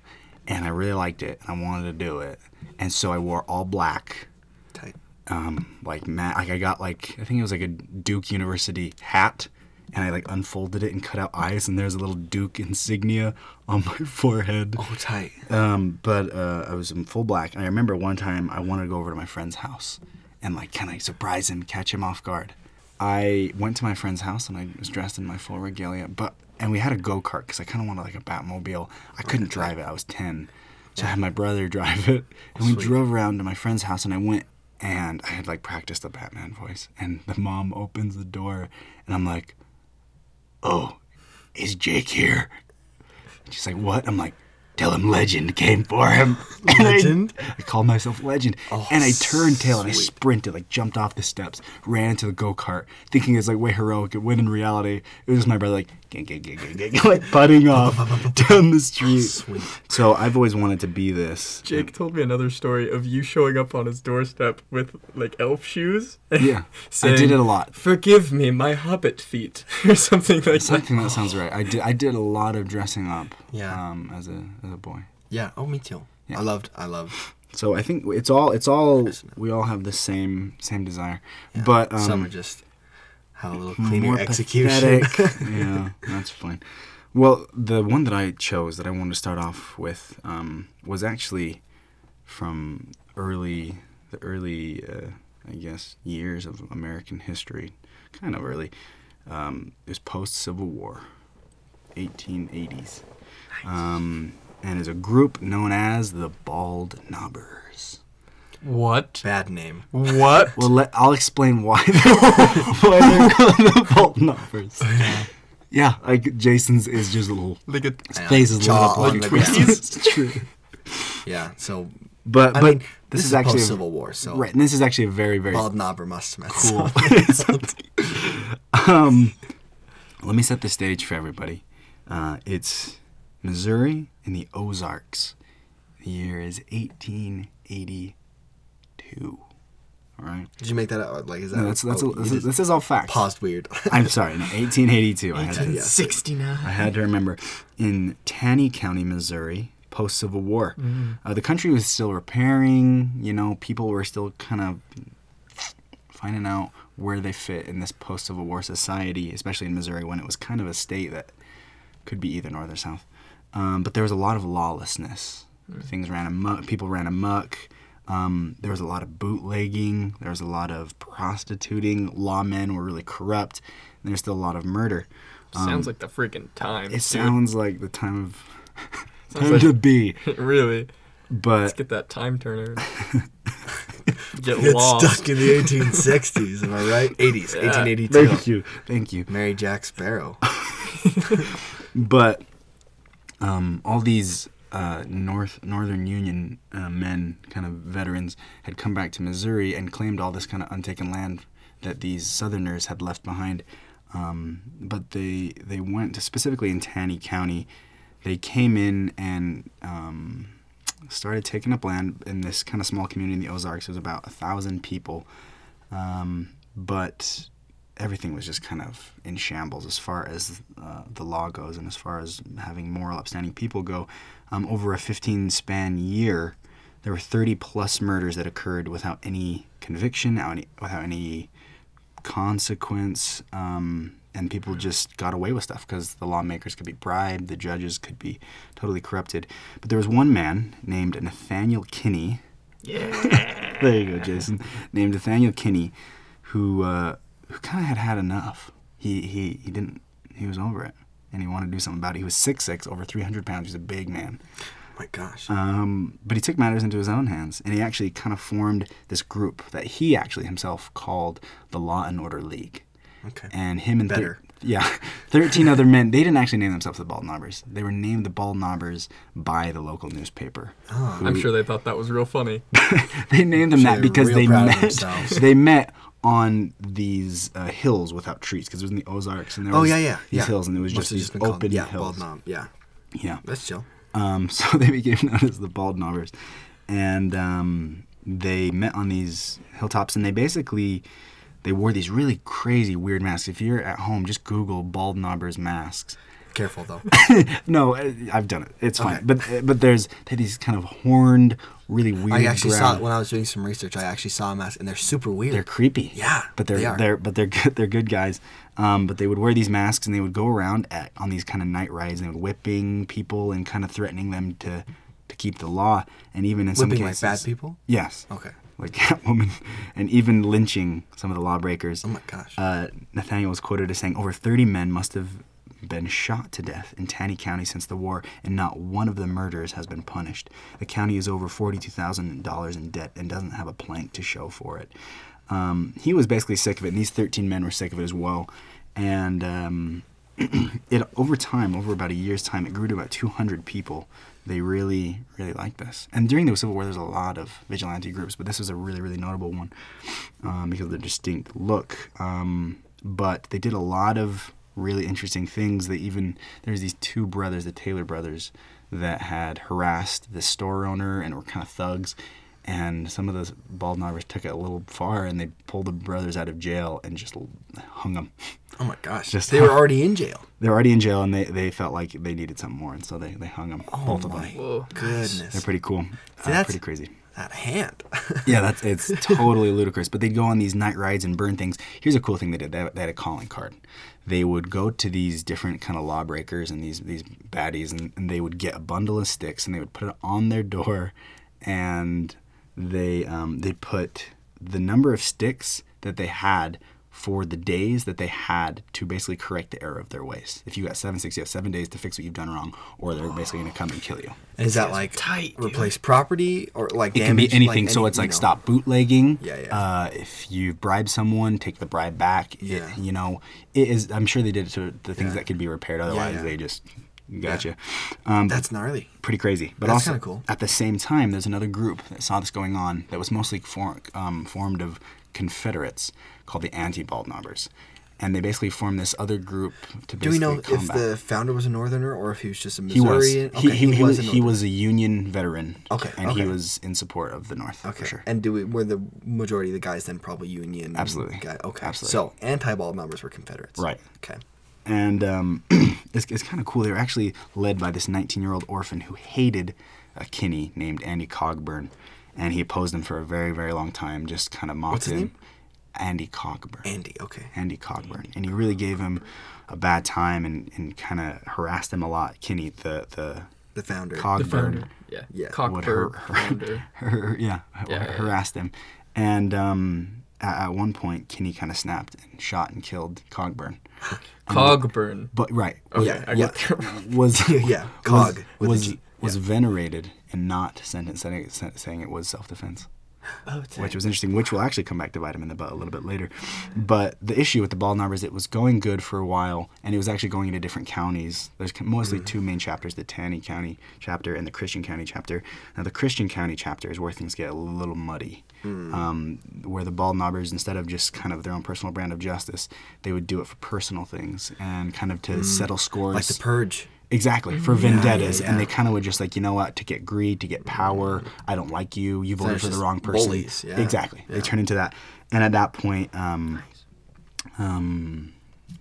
A: and I really liked it. and I wanted to do it, and so I wore all black.
B: Tight.
A: Um, like Matt, like I got like I think it was like a Duke University hat, and I like unfolded it and cut out eyes, and there's a little Duke insignia on my <laughs> forehead.
B: Oh, tight.
A: Um, but uh, I was in full black. And I remember one time I wanted to go over to my friend's house and like kind of surprise him, catch him off guard. I went to my friend's house and I was dressed in my full regalia, but and we had a go kart because I kind of wanted like a Batmobile. I couldn't drive it. I was ten, so I had my brother drive it, and we drove around to my friend's house. And I went and I had like practiced the Batman voice, and the mom opens the door, and I'm like, "Oh, is Jake here?" And she's like, "What?" I'm like, "Tell him Legend came for him." <laughs> Legend? Oh, I, I called myself Legend, and I turned tail and I sprinted, like jumped off the steps, ran into the go kart, thinking it's like way heroic. When in reality, it was just my brother like, "Gang, gang, gang, gang, <laughs> gang," like putting <laughs> off down the street. Oh, Sweet. So I've always wanted to be <laughs> this.
C: Jake told me another story of you showing up on his doorstep with like elf shoes.
A: Yeah, I did it a <laughs> lot.
C: <laughs> Forgive me, my hobbit feet, <laughs> or something like that.
A: Something that sounds right. I did. I did a lot of dressing up.
B: Yeah.
A: Um, as a as a boy.
B: Yeah. Oh, me too.
A: Yeah.
B: I loved. I loved.
A: So I think it's all it's all we all have the same same desire, but um,
B: Some are just have a little cleaner
A: more
B: execution. <laughs>
A: pathetic. yeah, that's fine. Well, the one that I chose that I wanted to start off with um, was actually from early the early uh, I guess years of American history, kind of early. Um, it was post Civil War, 1880s, um, and is a group known as the Bald Knobbers.
C: What?
B: Bad name.
C: What? <laughs>
A: Well, let, I'll explain why <laughs> they're, why
B: <laughs>
A: they're called the Bolton Hoppers. Yeah, like Jason's is just a little.
C: Like a
A: His face is lit
B: Jaw
A: up like
B: <laughs> on the
A: Twinkies.
B: ground.
A: <laughs> It's true.
B: Yeah. So
A: But
B: I
A: but
B: mean,
A: this,
B: this,
A: is,
B: is,
A: actually
B: post Civil War, so
A: right, and this is actually a very very <laughs>
B: bald knobber must have meant
A: cool.
B: something.
A: um, let me set the stage for everybody. Uh, it's Missouri in the Ozarks. The year is 1882. All right.
B: <laughs> Did you make that up? Like, is that?
A: No, that's, that's,
B: oh,
A: a,
B: you
A: this, is,
B: just
A: this is all facts.
B: paused
A: <laughs>
B: weird.
A: I'm sorry. No, 1882. I had to-
C: 1869.
A: I had to remember in Taney County, Missouri, post Civil War. Uh, the country was still repairing. You know, people were still kind of finding out where they fit in this post Civil War society, especially in Missouri when it was kind of a state that could be either north or south. Um, but there was a lot of lawlessness. Things ran amok. People ran amok. Um, there was a lot of bootlegging. There was a lot of prostituting. Lawmen were really corrupt. And there's still a lot of murder.
C: Sounds like the freaking time.
A: It sounds like the time of
C: <laughs> Sounds
A: time
C: like-
A: <laughs> to be,
C: <laughs> really. Let's
A: but
C: get that time <laughs> turner. get
B: It's
C: lost.
B: stuck in the 1860s. Am I <laughs> right? 80s,
A: <laughs>
B: 1882.
A: thank you, thank you.
B: Mary Jack Sparrow.
A: Oh But um, all these uh, North Northern Union uh, men, kind of veterans, had come back to Missouri and claimed all this kind of untaken land that these Southerners had left behind. Um, but they they went to specifically in Taney County. They came in and um, started taking up land in this kind of small community in the Ozarks. It was about a thousand people, um, but everything was just kind of in shambles as far as uh, the law goes and as far as having moral, upstanding people go. Um, over a 15 span year, there were 30 plus murders that occurred without any conviction, without any, without any consequence, um, and people just got away with stuff because the lawmakers could be bribed, the judges could be totally corrupted. But there was one man named Nathaniel Kinney. Yeah. there you go, Jason. Named Nathaniel Kinney, who uh, who kind of had had enough. He he he didn't. He was over it, and he wanted to do something about it. He was six six, over three hundred pounds. He's a big man.
B: Oh my gosh.
A: Um, but he took matters into his own hands, and he actually kind of formed this group that he actually himself called the Law and Order League.
B: Okay.
A: And him and thir-
B: Better.
A: yeah, <laughs> thirteen other men. They didn't actually name themselves the Bald Knobbers. They were named the Bald Knobbers by the local newspaper.
C: I'm sure they thought that was real funny.
A: they named them
B: Sure,
A: that
B: they're
A: because
B: real
A: they
B: proud of
A: met. <laughs>
B: themselves.
A: They met on these uh, hills without trees because it was in the Ozarks and there
B: Oh
A: was
B: yeah, yeah,
A: these
B: yeah.
A: hills and it was
B: Must
A: just
B: have
A: these
B: been
A: open
B: called- yeah,
A: hills.
B: Bald knob. Yeah,
A: Yeah.
B: that's chill.
A: Um, <laughs> so they became known as the Bald Knobbers. And um, they met on these hilltops and they basically they wore these really crazy weird masks. If you're at home, just Google Bald Knobbers masks.
B: Careful
A: <laughs>
B: though.
A: No, I- I've done it. It's fine.
B: Okay.
A: But but there's they had these kind of horned, really weird.
B: I actually saw
A: brown-
B: it when I was doing some research. I actually saw a mask, and they're super weird.
A: they're creepy.
B: Yeah,
A: but they're
B: they
A: they
B: are.
A: are but they're good, they're good guys. Um, but they would wear these masks and they would go around at, on these kind of night rides and they would whipping people and kind of threatening them to to keep the law and even in some
B: Whipping like
A: cases
B: bad people.
A: Yes.
B: Okay.
A: Like <laughs> Catwoman, and even lynching some of the lawbreakers.
B: Oh my gosh.
A: Uh, Nathaniel was quoted as saying, "Over 30 men must have been shot to death in Taney County since the war, and not one of the murderers has been punished. The county is over $42,000 in debt and doesn't have a plank to show for it." Um, he was basically sick of it, and these 13 men were sick of it as well. And um, <clears throat> it over time, over about a year's time, it grew to about 200 people. They really, really liked this. And during the Civil War, there's a lot of vigilante groups, but this was a really, really notable one um, because of their distinct look. Um, but they did a lot of really interesting things. They even there's these two brothers, the Taylor brothers, that had harassed the store owner and were kind of thugs. And some of the bald knobbers took it a little far, and they pulled the brothers out of jail and just l- hung <laughs> them.
B: oh my gosh.
A: just-
B: they were already in jail.
A: They're already in jail, and they, they felt like they needed something more, and so they, they hung them, both of them.
C: Whoa.
B: Oh Goodness.
A: Oh They're pretty cool. Uh,
B: that's-
A: pretty crazy.
B: That hand. <laughs>
A: Yeah, that's it's totally ludicrous. But they'd go on these night rides and burn things. Here's a cool thing they did. They, they had a calling card. They would go to these different kind of lawbreakers and these these baddies, and, and they would get a bundle of sticks and they would put it on their door, and they um, they put the number of sticks that they had for the days that they had to basically correct the error of their ways. If you got seven sticks, you have seven days to fix what you've done wrong, or they're basically going to come and kill you.
B: Is that like
C: tight, dude.
B: replace property or like
A: It can be
B: damage, like,
A: anything. so
B: any-
A: it's like
B: you know.
A: stop bootlegging.
B: Yeah, yeah.
A: Uh, if you bribe someone, take the bribe back. It-
B: Yeah.
A: you know, it is. I'm sure they did it to the things that could be repaired. Otherwise,
B: yeah.
A: they just gotcha. Um,
B: That's gnarly.
A: pretty crazy. But
B: That's
A: also,
B: kinda cool.
A: at the same time, there's another group that saw this going on that was mostly for, um, formed of Confederates called the Anti Bald Knobbers. and they basically form this other group to basically
B: Do we know if
A: combat.
B: the founder was a northerner or if he was just a
A: he was
B: Missourian?
A: he,
B: Okay,
A: he, he was
B: a
A: he was a Union veteran.
B: Okay,
A: and he
B: okay.
A: was in support of the North
B: Okay.
A: for sure.
B: And do we were the majority of the guys then probably Union?
A: Absolutely.
B: Guy. Okay.
A: Absolutely.
B: So anti-ball members were Confederates.
A: Right.
B: Okay.
A: and um, <clears throat> it's, it's kind of cool. They were actually led by this 19 year old orphan who hated a Kinney named Andy Cogburn, and he opposed him for a very, very long time, just kind of mocked
B: What's his
A: him.
B: name?
A: Andy Cogburn.
B: Andy. Okay.
A: Andy Cogburn. And he really gave him a bad time and, and kind of harassed him a lot. Kinney, the, the
B: The founder.
A: Cogburn. <laughs>
C: founder. Yeah.
B: Yeah.
A: would
C: Cockbird.
A: har-
C: founder.
A: har- yeah, har-
C: Yeah, yeah,
A: harassed him. And um, at, at one point, Kinney kind of snapped and shot and killed Cogburn.
C: Cogburn.
A: But right,
C: Okay,
B: Yeah,
C: I
B: yeah. <laughs>
C: got that
A: <laughs>
C: wrong.
A: was
B: Yeah, cog with
A: was
B: a
A: was,
B: G.
A: was venerated and not sentenced saying, sen- saying it was self defense,
C: Oh,
A: which was interesting. Which will actually come back to bite him in the butt a little bit later. But the issue with the ball knob is it was going good for a while, and it was actually going into different counties. There's c- mostly
B: Mm.
A: two main chapters: the Tanny County chapter and the Christian County chapter. Now, the Christian County chapter is where things get a little muddy.
B: Mm.
A: Um, where the ball knobbers, instead of just kind of their own personal brand of justice, they would do it for personal things and kind of to settle scores.
B: Mm. Like the purge.
A: Exactly, for vendettas.
B: Mm-hmm. yeah,
A: And
B: yeah.
A: they kind of would just like, you know what, to get greed, to get power. I don't like you. You voted
B: it's
A: for the
B: just
A: wrong person.
B: bullies, yeah.
A: Exactly. They turn into that. And at that point, um, um,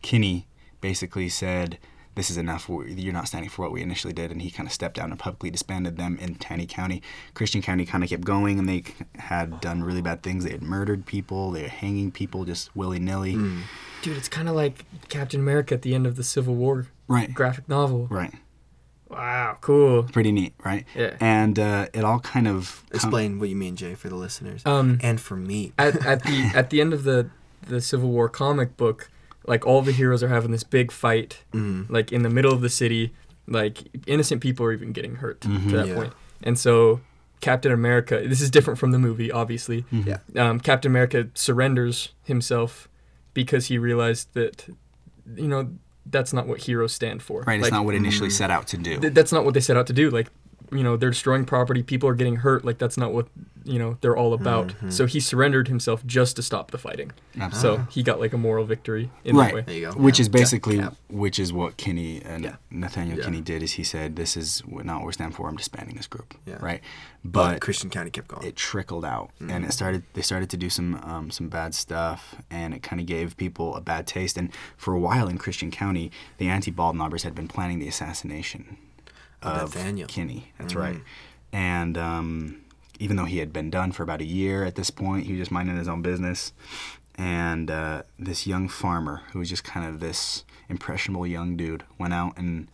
A: Kinney basically said, this is enough. We- You're not standing for what we initially did. And he kind of stepped down and publicly disbanded them in Taney County. Christian County kind of kept going, and they had done really bad things. They had murdered people, they were hanging people just willy nilly.
B: Mm.
C: Dude, it's kind of like Captain America at the end of the Civil War
A: Right.
C: graphic novel.
A: Right.
C: Wow, cool.
A: Pretty neat, right?
C: Yeah.
A: And uh, it all kind of. com-
B: Explain what you mean, Jay, for the listeners
C: Um,
B: and for me.
C: at, at the at the end of the the Civil War comic book, like all the heroes are having this big fight,
B: Mm.
C: like in the middle of the city, like innocent people are even getting hurt to that
B: Mm-hmm. Yeah.
C: point. And so Captain America, this is different from the movie, obviously.
B: Yeah.
C: Um, Captain America surrenders himself because he realized that, you know, that's not what heroes stand for.
A: Right, it's
C: Like,
A: not what it initially
B: mm.
A: set out to do.
C: th- that's not what they set out to do. Like, you know, they're destroying property, people are getting hurt. Like, that's not what, you know, they're all about. So he surrendered himself just to stop the fighting.
A: Absolutely.
C: So he got like a moral victory in
A: right,
C: that way.
B: you go.
A: which
B: Yeah.
A: is basically
B: Yeah.
A: which is what Kinney and
B: Yeah.
A: Nathaniel
B: Yeah.
A: Kinney did is he said this is what- not what we stand for. I'm disbanding this group.
B: Yeah.
A: Right,
B: but
A: but
B: Christian County kept going.
A: it trickled out and
B: Mm.
A: it started they started to do some um, some bad stuff and it kind of gave people a bad taste and for a while in christian county the anti-bald knobbers had been planning the assassination
B: Of
A: of
B: Nathaniel. Mm-hmm.
A: kinney that's right and um, even though he had been done for about a year at this point he was just minding his own business and uh, this young farmer who was just kind of this impressionable young dude went out and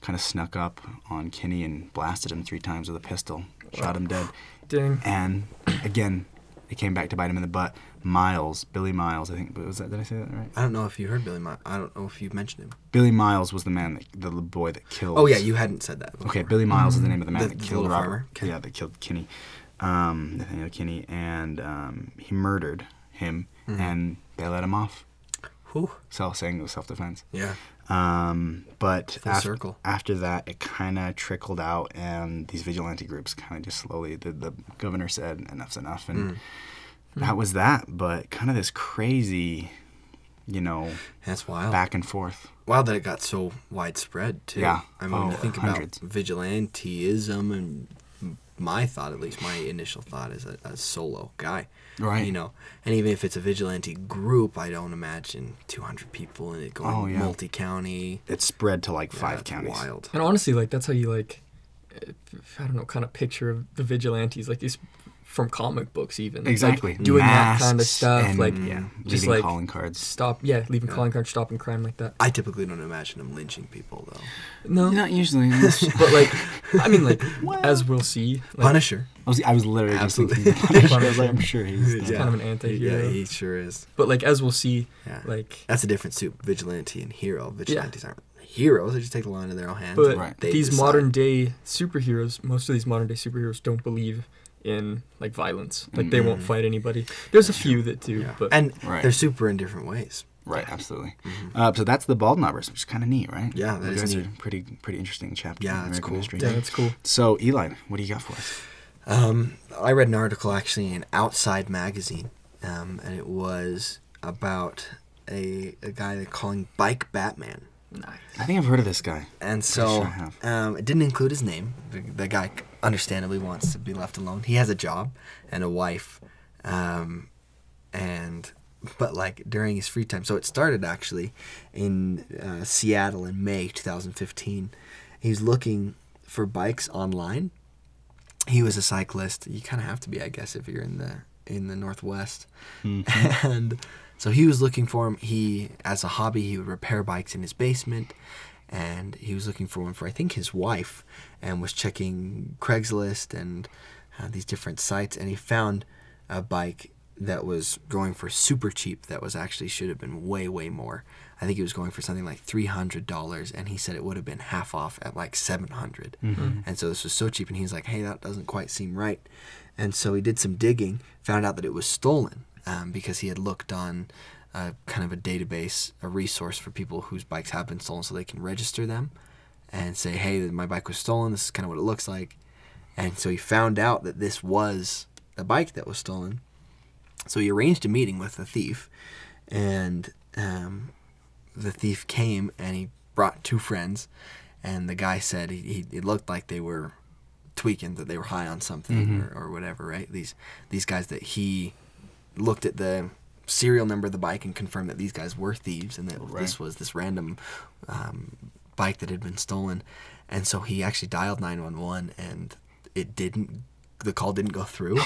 A: kind of snuck up on kinney and blasted him three times with a pistol shot him dead
C: Dang.
A: and again, it came back to bite him in the butt. Miles, Billy Miles, I think was that. Did I say that right?
B: I don't know if you heard Billy. My, I don't know if you mentioned him.
A: Billy Miles was the man that the little boy that killed.
B: Oh yeah, you hadn't said that. Before.
A: Okay, Billy Miles is the name of the man
B: The-
A: that
B: the
A: killed
B: little
A: Robert.
B: farmer? Okay.
A: Yeah, that killed Kinney, um, Nathaniel Kinney, and um, he murdered him,
B: Mm-hmm.
A: and they let him off.
B: Whew.
A: So saying it was self-defense.
B: Yeah.
A: Um, but
B: Full circle.
A: after that, it kind of trickled out, and these vigilante groups kind of just slowly. The, the governor said, "Enough's enough," and
B: Mm.
A: that was that. But kind of this crazy, you know,
B: That's wild.
A: back and forth.
B: Wow, that it got so widespread too.
A: Yeah.
B: I mean,
A: Oh,
B: think
A: hundreds.
B: about vigilantism, and my thought, at least my initial thought, is a, a solo guy.
A: Right.
B: You know, and even if it's a vigilante group, I don't imagine 200 people and it going
A: Oh, yeah.
B: multi-county.
A: It spread to like five
B: That's
A: counties.
B: Wild.
C: And honestly, like, that's how you like, uh, I don't know, kind of picture of the vigilantes, like, is from comic books even. Like,
A: Exactly.
C: doing that kind of
A: Masks
C: stuff.
A: and,
C: like,
A: yeah,
C: just
A: leaving
C: like
A: calling cards.
C: Stop, yeah, leaving calling cards, stopping crime like that.
B: I typically don't imagine them lynching people though.
C: No.
A: Not usually.
C: But like, I mean, like, as <laughs> we'll see, like,
B: Punisher.
A: I was, I was literally just
B: Absolutely.
A: thinking about it. I was like, I'm sure he's.
B: Yeah.
C: kind of an anti-hero.
B: Yeah, he sure is.
C: But like as we'll see,
B: Yeah.
C: like
B: That's a different soup. Vigilante and hero. Vigilantes aren't heroes. They just take the law into their own hands.
C: but
B: and
A: Right.
B: they
C: these
B: decide.
C: modern day superheroes, most of these modern day superheroes don't believe in like violence. Like they won't fight anybody. There's a few that do,
B: Mm. Yeah.
C: but
B: and
A: Right.
B: they're super in different ways.
A: Right, absolutely. Uh, so that's the bald knobbers, which is kind of neat, right?
B: Mm-hmm. Yeah, that
A: You
B: is
A: guys
B: neat.
A: are pretty, pretty interesting chapter.
B: Yeah,
A: in
B: that's
A: American
B: cool.
A: History.
C: yeah, that's cool.
A: So, Eli, what do you got for us?
B: Um, I read an article actually in Outside Magazine, um, and it was about a, a guy they're calling Bike Batman.
C: Nice.
A: I think I've heard of this guy.
B: And so
A: sure I have.
B: um, it didn't include his name. The, the guy c- understandably wants to be left alone. He has a job and a wife, um, and but like during his free time. So it started actually in uh, Seattle in May 2015. He's looking for bikes online. He was a cyclist. You kind of have to be, I guess, if you're in the in the Northwest. <laughs> And so he was looking for him. He, as a hobby, he would repair bikes in his basement, and he was looking for one for I think his wife, and was checking Craigslist and uh, these different sites, and he found a bike that was going for super cheap. That was actually should have been way way more. I think he was going for something like three hundred dollars, and he said it would have been half off at like seven And so this was so cheap, and he's like, "Hey, that doesn't quite seem right." And so he did some digging, found out that it was stolen um, because he had looked on uh, kind of a database, a resource for people whose bikes have been stolen, so they can register them and say, "Hey, my bike was stolen. This is kind of what it looks like." And so he found out that this was the bike that was stolen. So he arranged a meeting with the thief, and um, the thief came and he brought two friends. And the guy said he, he it looked like they were tweaking that they were high on something or, or whatever, right? These these guys that he looked at the serial number of the bike and confirmed that these guys were thieves and that this was this random um, bike that had been stolen. And so he actually dialed 911 and it didn't, the call didn't go through.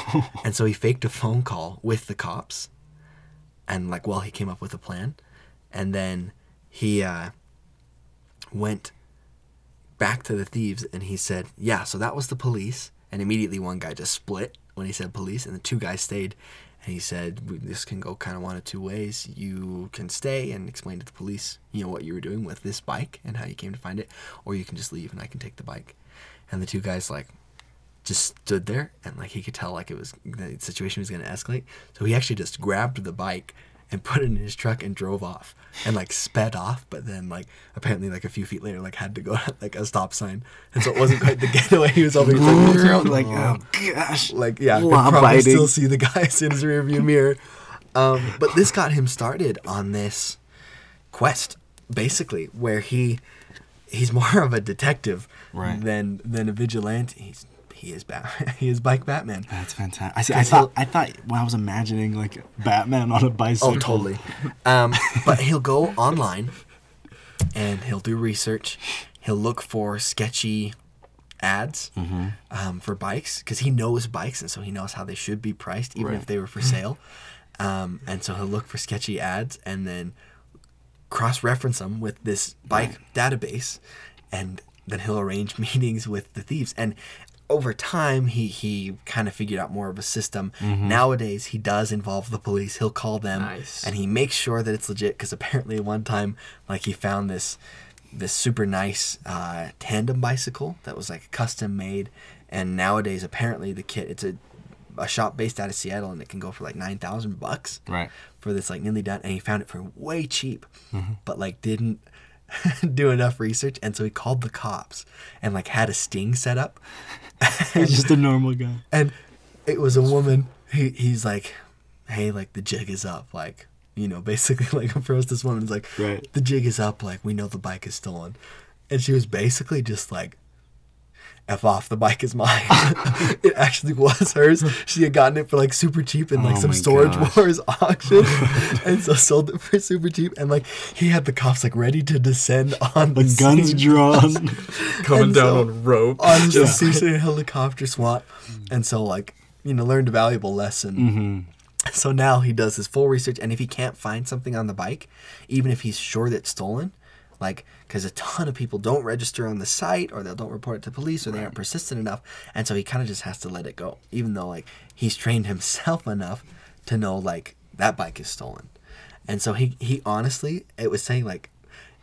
B: and so he faked a phone call with the cops and like, well, he came up with a plan. And then he uh, went back to the thieves and he said, Yeah, so that was the police. And immediately one guy just split when he said police, and the two guys stayed. And he said, "We- This can go kind of one of two ways. You can stay and explain to the police, you know, what you were doing with this bike and how you came to find it, or you can just leave and I can take the bike. And the two guys, like, just stood there and like he could tell like it was the situation was going to escalate so he actually just grabbed the bike and put it in his truck and drove off and like sped off but then like apparently like a few feet later like had to go <laughs> at like a stop sign and so it wasn't quite the <laughs> getaway he was hoping It's <laughs>
A: like,
B: like,
A: oh gosh.
B: like yeah could
A: Law
B: probably
A: abiding.
B: still see the guys in
A: <laughs>
B: his rearview mirror um, but this got him started on this quest basically where he he's more of a detective
A: Right.
B: than than a vigilante he's he is Batman. <laughs> He is bike Batman.
A: That's fantastic. I, see, I
B: Because
A: thought I thought well, I was imagining like Batman on a bicycle.
B: Oh, totally. Um, but he'll go online and he'll do research. He'll look for sketchy ads um, for bikes because he knows bikes and so he knows how they should be priced, even if they were for sale. Um, and so he'll look for sketchy ads and then cross reference them with this bike database, and then he'll arrange <laughs> meetings with the thieves. And over time, he he kind of figured out more of a system. Nowadays, he does involve the police. He'll call them,
C: Nice.
B: and he makes sure that it's legit. Because apparently, one time, like he found this this super nice uh, tandem bicycle that was like custom made. And nowadays, apparently, the kit it's a a shop based out of Seattle, and it can go for like nine thousand bucks
A: Right.
B: for this like nearly done and he found it for way cheap but like didn't <laughs> do enough research and so he called the cops and like had a sting set up
A: <laughs> He's just a normal guy.
B: and it was a woman he, he's like hey like the jig is up like you know <laughs> basically like approached this woman is like
A: Right.
B: the jig is up like we know the bike is stolen and she was basically just like F off, the bike is mine. <laughs> it actually was hers. She had gotten it for like super cheap in like
A: Oh
B: some
A: my
B: storage
A: gosh.
B: wars
A: <laughs>
B: auction. and so sold it for super cheap. And like he had the cops like ready to descend on
A: The guns
B: scene <laughs>
A: drawn.
C: <laughs>
A: <laughs>
C: Coming
B: And
C: down
B: so-
C: on rope.
B: on the Caesar helicopter SWAT, and so like you know learned a valuable lesson. So now he does his full research, and if he can't find something on the bike, even if he's sure that it's stolen, like because a ton of people don't register on the site or they don't report it to police or they aren't persistent enough, and so he kind of just has to let it go, even though like he's trained <laughs> himself enough to know like that bike is stolen, and so he he honestly it was saying like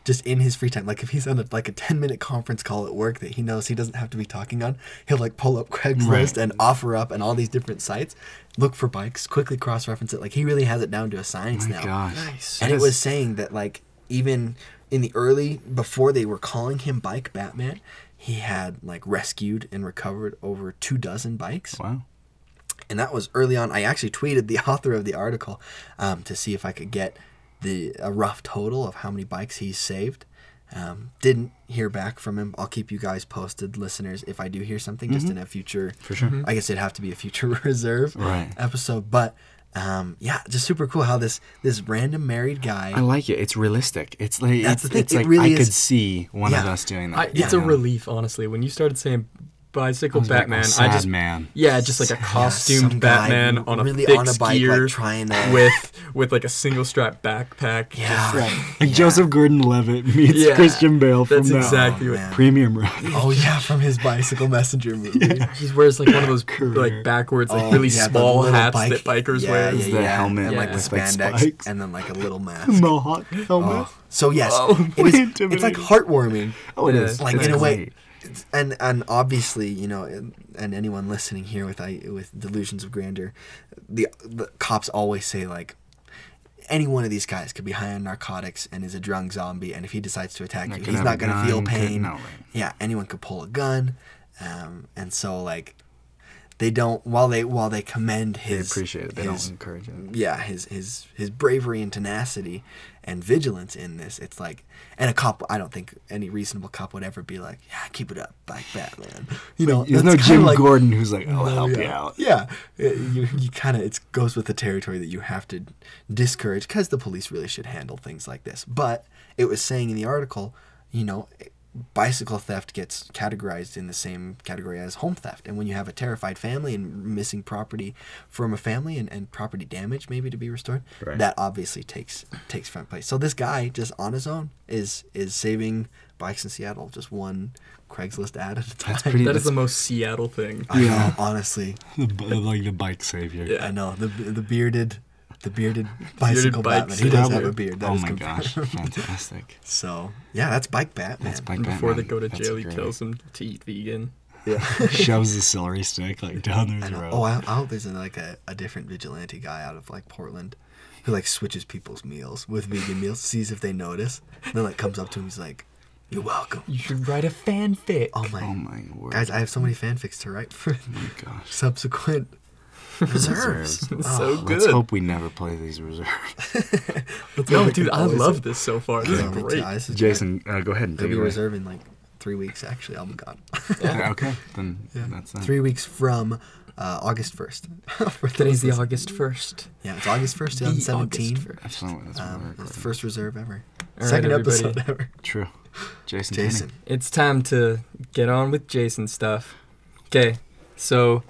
B: just in his free time. Like if he's on a, like a ten minute conference call at work that he knows he doesn't have to be talking on, he'll like pull up Craigslist and offer up and all these different sites, look for bikes, quickly cross reference it. Like he really has it down to a science now.
A: Gosh.
C: nice.
B: And it was saying that like even in the early before they were calling him Bike Batman, he had like rescued and recovered over two dozen bikes
A: Wow.
B: <laughs> and that was early on. I actually tweeted the author of the article um, to see if I could get the a rough total of how many bikes he's saved. Um, didn't hear back from him. I'll keep you guys posted, listeners, if I do hear something, just in a future.
A: Mm-hmm. For sure.
B: I guess it'd have to be a future <laughs> reserve
A: Right.
B: episode, but. Um, yeah, just super cool how this this random married guy
A: I like it. It's realistic. It's like
B: That's
A: it's,
B: the thing.
A: it's
B: It
A: like
B: really
A: I could
B: is-
A: see one of
B: Yeah.
A: us doing that.
C: I,
A: you
C: It's a
A: know?
C: relief, honestly. When you started saying bicycle
A: like,
C: Batman,
A: oh,
C: I
A: sad
C: just
A: man.
C: yeah, just like a
B: Yeah,
C: costumed
B: some guy
C: Batman
B: who
C: on a
B: really
C: thick
B: on a bike,
C: skier
B: like trying to.
C: with with like a single strap backpack.
B: yeah,
A: <laughs> Like Joseph Gordon-Levitt meets
C: Yeah.
A: Christian Bale from
C: That's
A: that
C: exactly
B: Oh,
C: what
B: man.
A: premium rock. <laughs>
B: <laughs> Oh yeah, from his bicycle messenger movie.
C: he wears like
B: <laughs>
C: one of those
A: Career.
C: like backwards, like
B: Oh,
C: really
B: yeah, the
C: small
B: little
C: hats
B: bike-
C: that bikers
B: yeah,
C: wear.
B: yeah,
A: the helmet
C: yeah.
A: like with like
B: Spandex
A: spikes
B: and then like
A: <laughs>
B: a little mask.
A: mohawk helmet.
B: Oh, So yes,
C: Oh,
B: it is, it's like
A: intimidating.
B: heartwarming,
A: Oh, it
C: Yeah,
A: is.
B: like
A: It's
B: in a way.
A: great.
B: it's- And and obviously, you know, and and anyone listening here with I with delusions of grandeur, the, the cops always say like, any one of these guys could be high on narcotics and is a drunk zombie, and if he decides to attack
A: Not
B: you,
A: gonna have
B: he's not
A: a
B: gonna
A: gun,
B: feel
A: could-
B: pain.
A: no way.
B: Yeah, anyone could pull a gun, um, and so like, they don't while they while they commend
A: They
B: his
A: appreciate it. They
B: his-
A: don't encourage it.
B: yeah his his his bravery and tenacity and vigilance in this it's like and a cop i don't think any reasonable cop would ever be like yeah keep it up like batman you know
A: There's no
B: that's kinda
A: Jim
B: like-
A: Gordon who's like, I'll
B: No,
A: help
B: yeah.
A: you out. <laughs>
B: yeah Uh, you, you kind of it goes with the territory that you have to discourage because the police really should handle things like this but it was saying in the article you know bicycle theft gets categorized in the same category as home theft and when you have a terrified family and missing property from a family and, and property damage maybe to be restored
A: Right.
B: that obviously takes takes front place so this guy just on his own is is saving bikes in seattle just one craigslist ad at a time
A: That's pretty.
C: That is the
A: that's-
C: most Seattle thing.
B: <laughs> I
A: <laughs>
B: know,
A: Yeah.
B: honestly
A: the, b- like the bike savior.
C: Yeah.
B: I know the the bearded, the bearded bicycle
C: bike
B: Batman. He does
A: That
B: have a
A: would-
B: beard. That
A: Oh
B: is
A: my
B: confirmed.
A: <laughs> gosh, fantastic.
B: <laughs> So yeah, that's Bike Batman.
A: That's bike
C: Before they
A: Batman.
C: go to
A: That's
C: jail, he
A: great. <laughs>
C: tells them to eat vegan.
A: Shoves the celery stick
B: <laughs>
A: like down
B: I
A: the
B: know.
A: road.
B: Oh, I, I hope there's like a, a different vigilante guy out of like Portland, who like switches people's meals with vegan meals, sees if they notice, and then like comes up to him. He's like, "You're welcome."
C: You should write a fanfic.
B: Oh my,
A: oh my word.
B: guys, I have so many fanfics to write for <laughs>
A: my gosh.
B: subsequent reserves.
A: Reserves.
C: so
B: Oh,
C: good.
A: Let's hope we never play these reserves.
C: <laughs> no,
B: we can
C: dude, I
B: always-
C: love this so far. This
B: Yeah,
C: is
B: me too.
C: great.
B: Ah, this is great.
A: Jason, uh, go ahead and
B: They'll
A: take
B: be
A: it away.
B: reserved in like three weeks. Actually, I'll be gone.
A: Yeah, okay, then that's that.
B: three weeks from uh, August first. <laughs>
C: Today's the August first.
B: Yeah, it's August first, two thousand seventeen.
A: That's not what that's what we're
B: Um, it's the
A: recording.
B: first reserve ever.
C: All
B: Second
C: right, everybody.
B: episode ever.
A: True. Jason. Kenny.
B: Jason,
C: It's time to get on with Jason stuff. Okay, so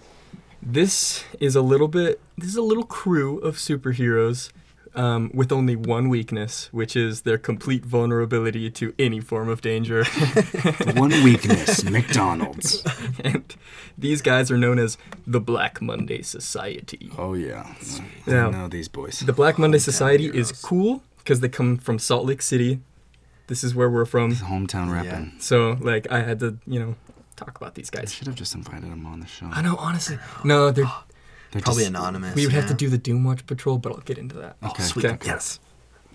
C: this is a little bit. This is a little crew of superheroes um, with only one weakness, which is their complete vulnerability to any form of danger. <laughs>
A: The one weakness, McDonald's.
C: and these guys are known as the Black Monday Society.
A: Oh yeah. I
C: Now-
A: know these boys.
C: The Black Monday
B: Hometown
C: Society is
B: heroes.
C: cool because they come from Salt Lake City. This is where we're from.
A: hometown repping.
C: So, like, I had to, you know, talk about these
A: I
C: guys.
A: should have just invited them on the show.
C: I know, honestly.
B: <gasps>
C: No, they're,
A: They're
B: probably
A: just,
B: anonymous.
C: we would have to
B: yeah.
C: do the Doomwatch Patrol, but I'll get into that.
B: Oh,
A: Okay.
B: sweet.
C: Okay.
B: Yes.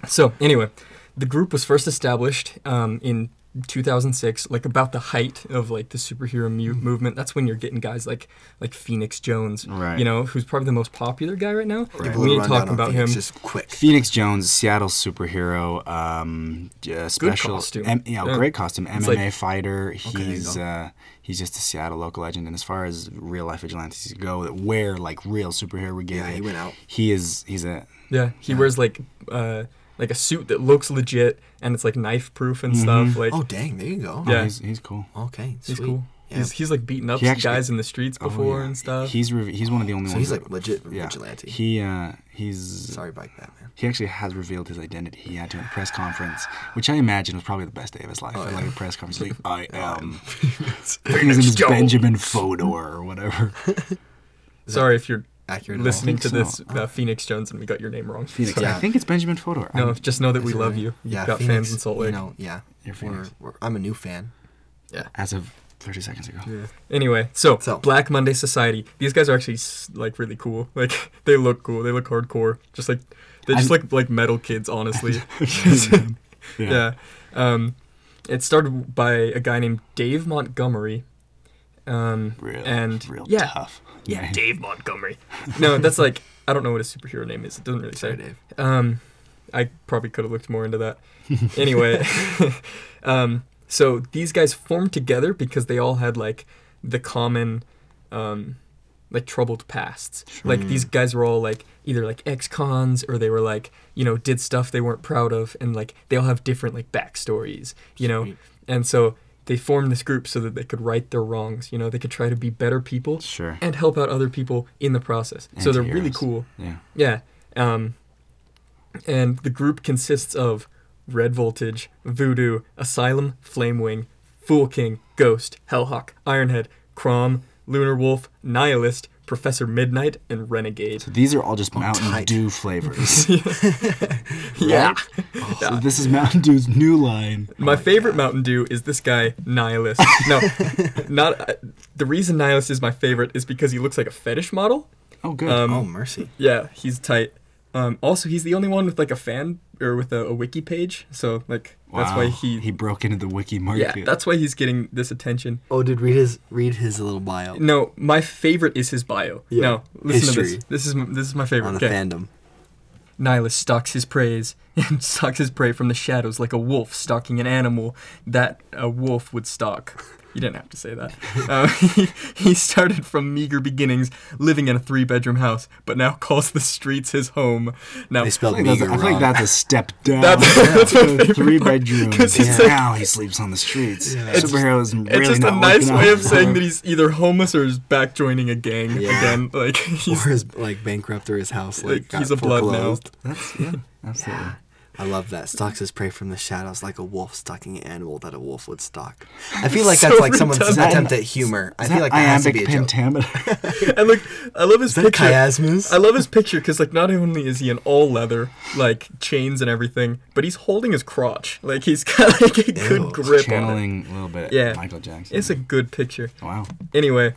C: So, anyway, the group was first established um, in 2006, like about the height of like the superhero mu-
A: Mm-hmm.
C: movement. That's when you're getting guys like like Phoenix Jones,
A: Right.
C: you know, who's probably the most popular guy right now.
A: Right.
B: Give a little
C: We need to talk
B: rundown on
C: about him.
B: Phoenix, Just quick.
A: Phoenix Jones, Seattle superhero, um, uh, special,
C: costume.
A: M- yeah,
C: Yeah.
A: great costume,
C: It's
A: MMA
C: like-
A: fighter.
B: there you
A: He's
B: go.
A: uh, he's just a Seattle local legend, and as far as real life vigilantes go that wear like real superhero regalia,
B: Yeah, he went out.
A: He is he's a
C: Yeah, he wears like uh, like a suit that looks legit and it's like knife proof
A: Mm-hmm.
C: and stuff. Like
B: Oh dang, there you go.
A: yeah.
C: Yeah.
A: he's, he's cool.
B: Okay, sweet.
C: he's cool.
B: Yeah.
C: He's he's like beating up
A: He actually-
C: guys in the streets
A: Oh,
C: before
A: yeah.
C: and stuff.
A: He's re- he's one of the only
B: so
A: ones.
B: he's like
A: that-
B: legit
A: yeah.
B: vigilante.
A: He uh, he's
B: Sorry, Bike Batman.
A: he actually has revealed his identity. He had to at a press conference, which I imagine was probably the best day of his life.
B: Oh,
A: at,
B: yeah.
A: Like a press conference,
C: <laughs>
A: like I am. I think <laughs> his name
C: Phoenix
A: is
C: Jones.
A: Benjamin Fodor or
C: <laughs>
A: whatever.
C: Sorry if you're
B: Accurate. at all?
C: listening to
A: think
C: this
A: so. Uh-huh.
C: uh, Phoenix Jones and we got your name wrong.
A: Phoenix.
C: Sorry.
A: I think it's Benjamin Fodor. Um,
C: No,
A: I'm-
C: just know that
B: Is
C: we
B: it
C: love
B: right?
C: you. You've
B: Yeah,
C: got
B: Phoenix,
C: fans in Salt
B: You
C: Lake.
B: know, yeah.
A: You're
B: We're,
A: Phoenix.
B: we're, I'm a new fan.
A: as of 30 seconds ago.
C: Anyway, so,
B: So-
C: Black Monday Society. These guys are actually s- like really cool. <laughs> Like they look cool. They look hardcore. Just like they just
A: I'm-
C: look like metal kids, honestly.
B: <laughs>
C: <laughs>
A: Yeah.
C: yeah. Um, it started by a guy named Dave Montgomery. Um,
A: Real,
C: and
A: real
C: yeah,
A: tough.
C: yeah,
A: man.
C: Dave Montgomery. no, that's like I don't know what his superhero name is. It doesn't really say.
B: Dave.
C: Um, I probably could have looked more into that. anyway, <laughs> um, so these guys formed together because they all had like the common, um, like troubled pasts. Like these guys were all like either like ex-cons or they were like you know did stuff they weren't proud of, and like they all have different like backstories, you know.
B: Sweet.
C: And so they formed this group so that they could right their wrongs. You know, they could try to be better people
A: Sure.
C: and help out other people in the process. So they're really
A: Antiheroes.
C: cool.
A: Yeah.
C: Yeah. Um, and the group consists of Red Voltage, Voodoo, Asylum, Flamewing, Fool King, Ghost, Hellhawk, Ironhead, Crom, Lunar Wolf, Nihilist, Professor Midnight, and Renegade.
A: So these are all just Mountain
B: tight.
A: Dew
C: <laughs>
A: flavors.
C: Yeah.
A: So this is Mountain Dew's new line.
C: My favorite Mountain Dew is this guy Nihilist.
A: <laughs>
C: No, not uh, the reason Nihilist is my favorite is because he looks like a fetish model.
A: Oh, good.
C: Um,
B: oh mercy.
C: Yeah, he's tight. Um, also, he's the only one with like a fan or with a, a wiki page, so like that's why
A: Oh, Wow.
C: he.
A: he broke into the wiki
C: yeah,
A: market.
C: that's why he's getting this attention.
D: Oh, dude, read his read his little bio
C: No, my favorite is his bio.
D: Yeah.
C: No, listen to
D: History.
C: this. This is m- this is my favorite.
B: On the
C: Okay.
B: fandom.
C: Nihilus stalks his preys <laughs> and stalks his prey from the shadows like a wolf stalking an animal that a wolf would stalk. You didn't have to say that. Uh, <laughs> he, he started from meager beginnings, living in a three-bedroom house, but now calls the streets his home. Now
B: They
A: I
B: spelled
A: think, that's
B: meager
A: a, I
B: wrong.
A: think that's <laughs> a step
C: <laughs>
A: down.
C: That's- that's my
A: to
C: favorite
A: three
C: part,
A: bedrooms.
C: 'cause he's
A: and
C: like-
A: now he sleeps on the streets.
D: Yeah.
C: It's just-
A: Superheroes really
C: it's just a
A: not
C: nice
A: working
C: way
A: out.
C: of
A: <laughs>
C: saying that he's either homeless or is back joining a gang
B: Yeah.
C: again. Like <laughs> he's
D: or his like bankrupt or his house like,
C: like,
D: got
C: he's a blood now.
D: foreclosed.
A: That's
C: <laughs>
A: yeah, absolutely.
B: I love that.
D: that stalks his prey from the shadows like a wolf stalking an animal that a wolf would stalk.
B: I feel like
C: <laughs> So
B: that's like someone's
C: redundant.
B: attempt at humor. I
A: Is
B: feel
A: that
B: like that has to
A: iambic
B: be a joke.
A: pentameter.
C: <laughs> And like I love his
D: Is that
C: picture.
D: chiasmus?
C: I love his picture because like not only is he in all leather, like chains and everything, but he's holding his crotch. Like he's <laughs> got like a
D: Ew,
C: good grip on it.
A: Channeling a little bit.
C: Yeah.
A: Michael Jackson.
C: It's a Uh-huh. good picture.
A: wow.
C: Anyway,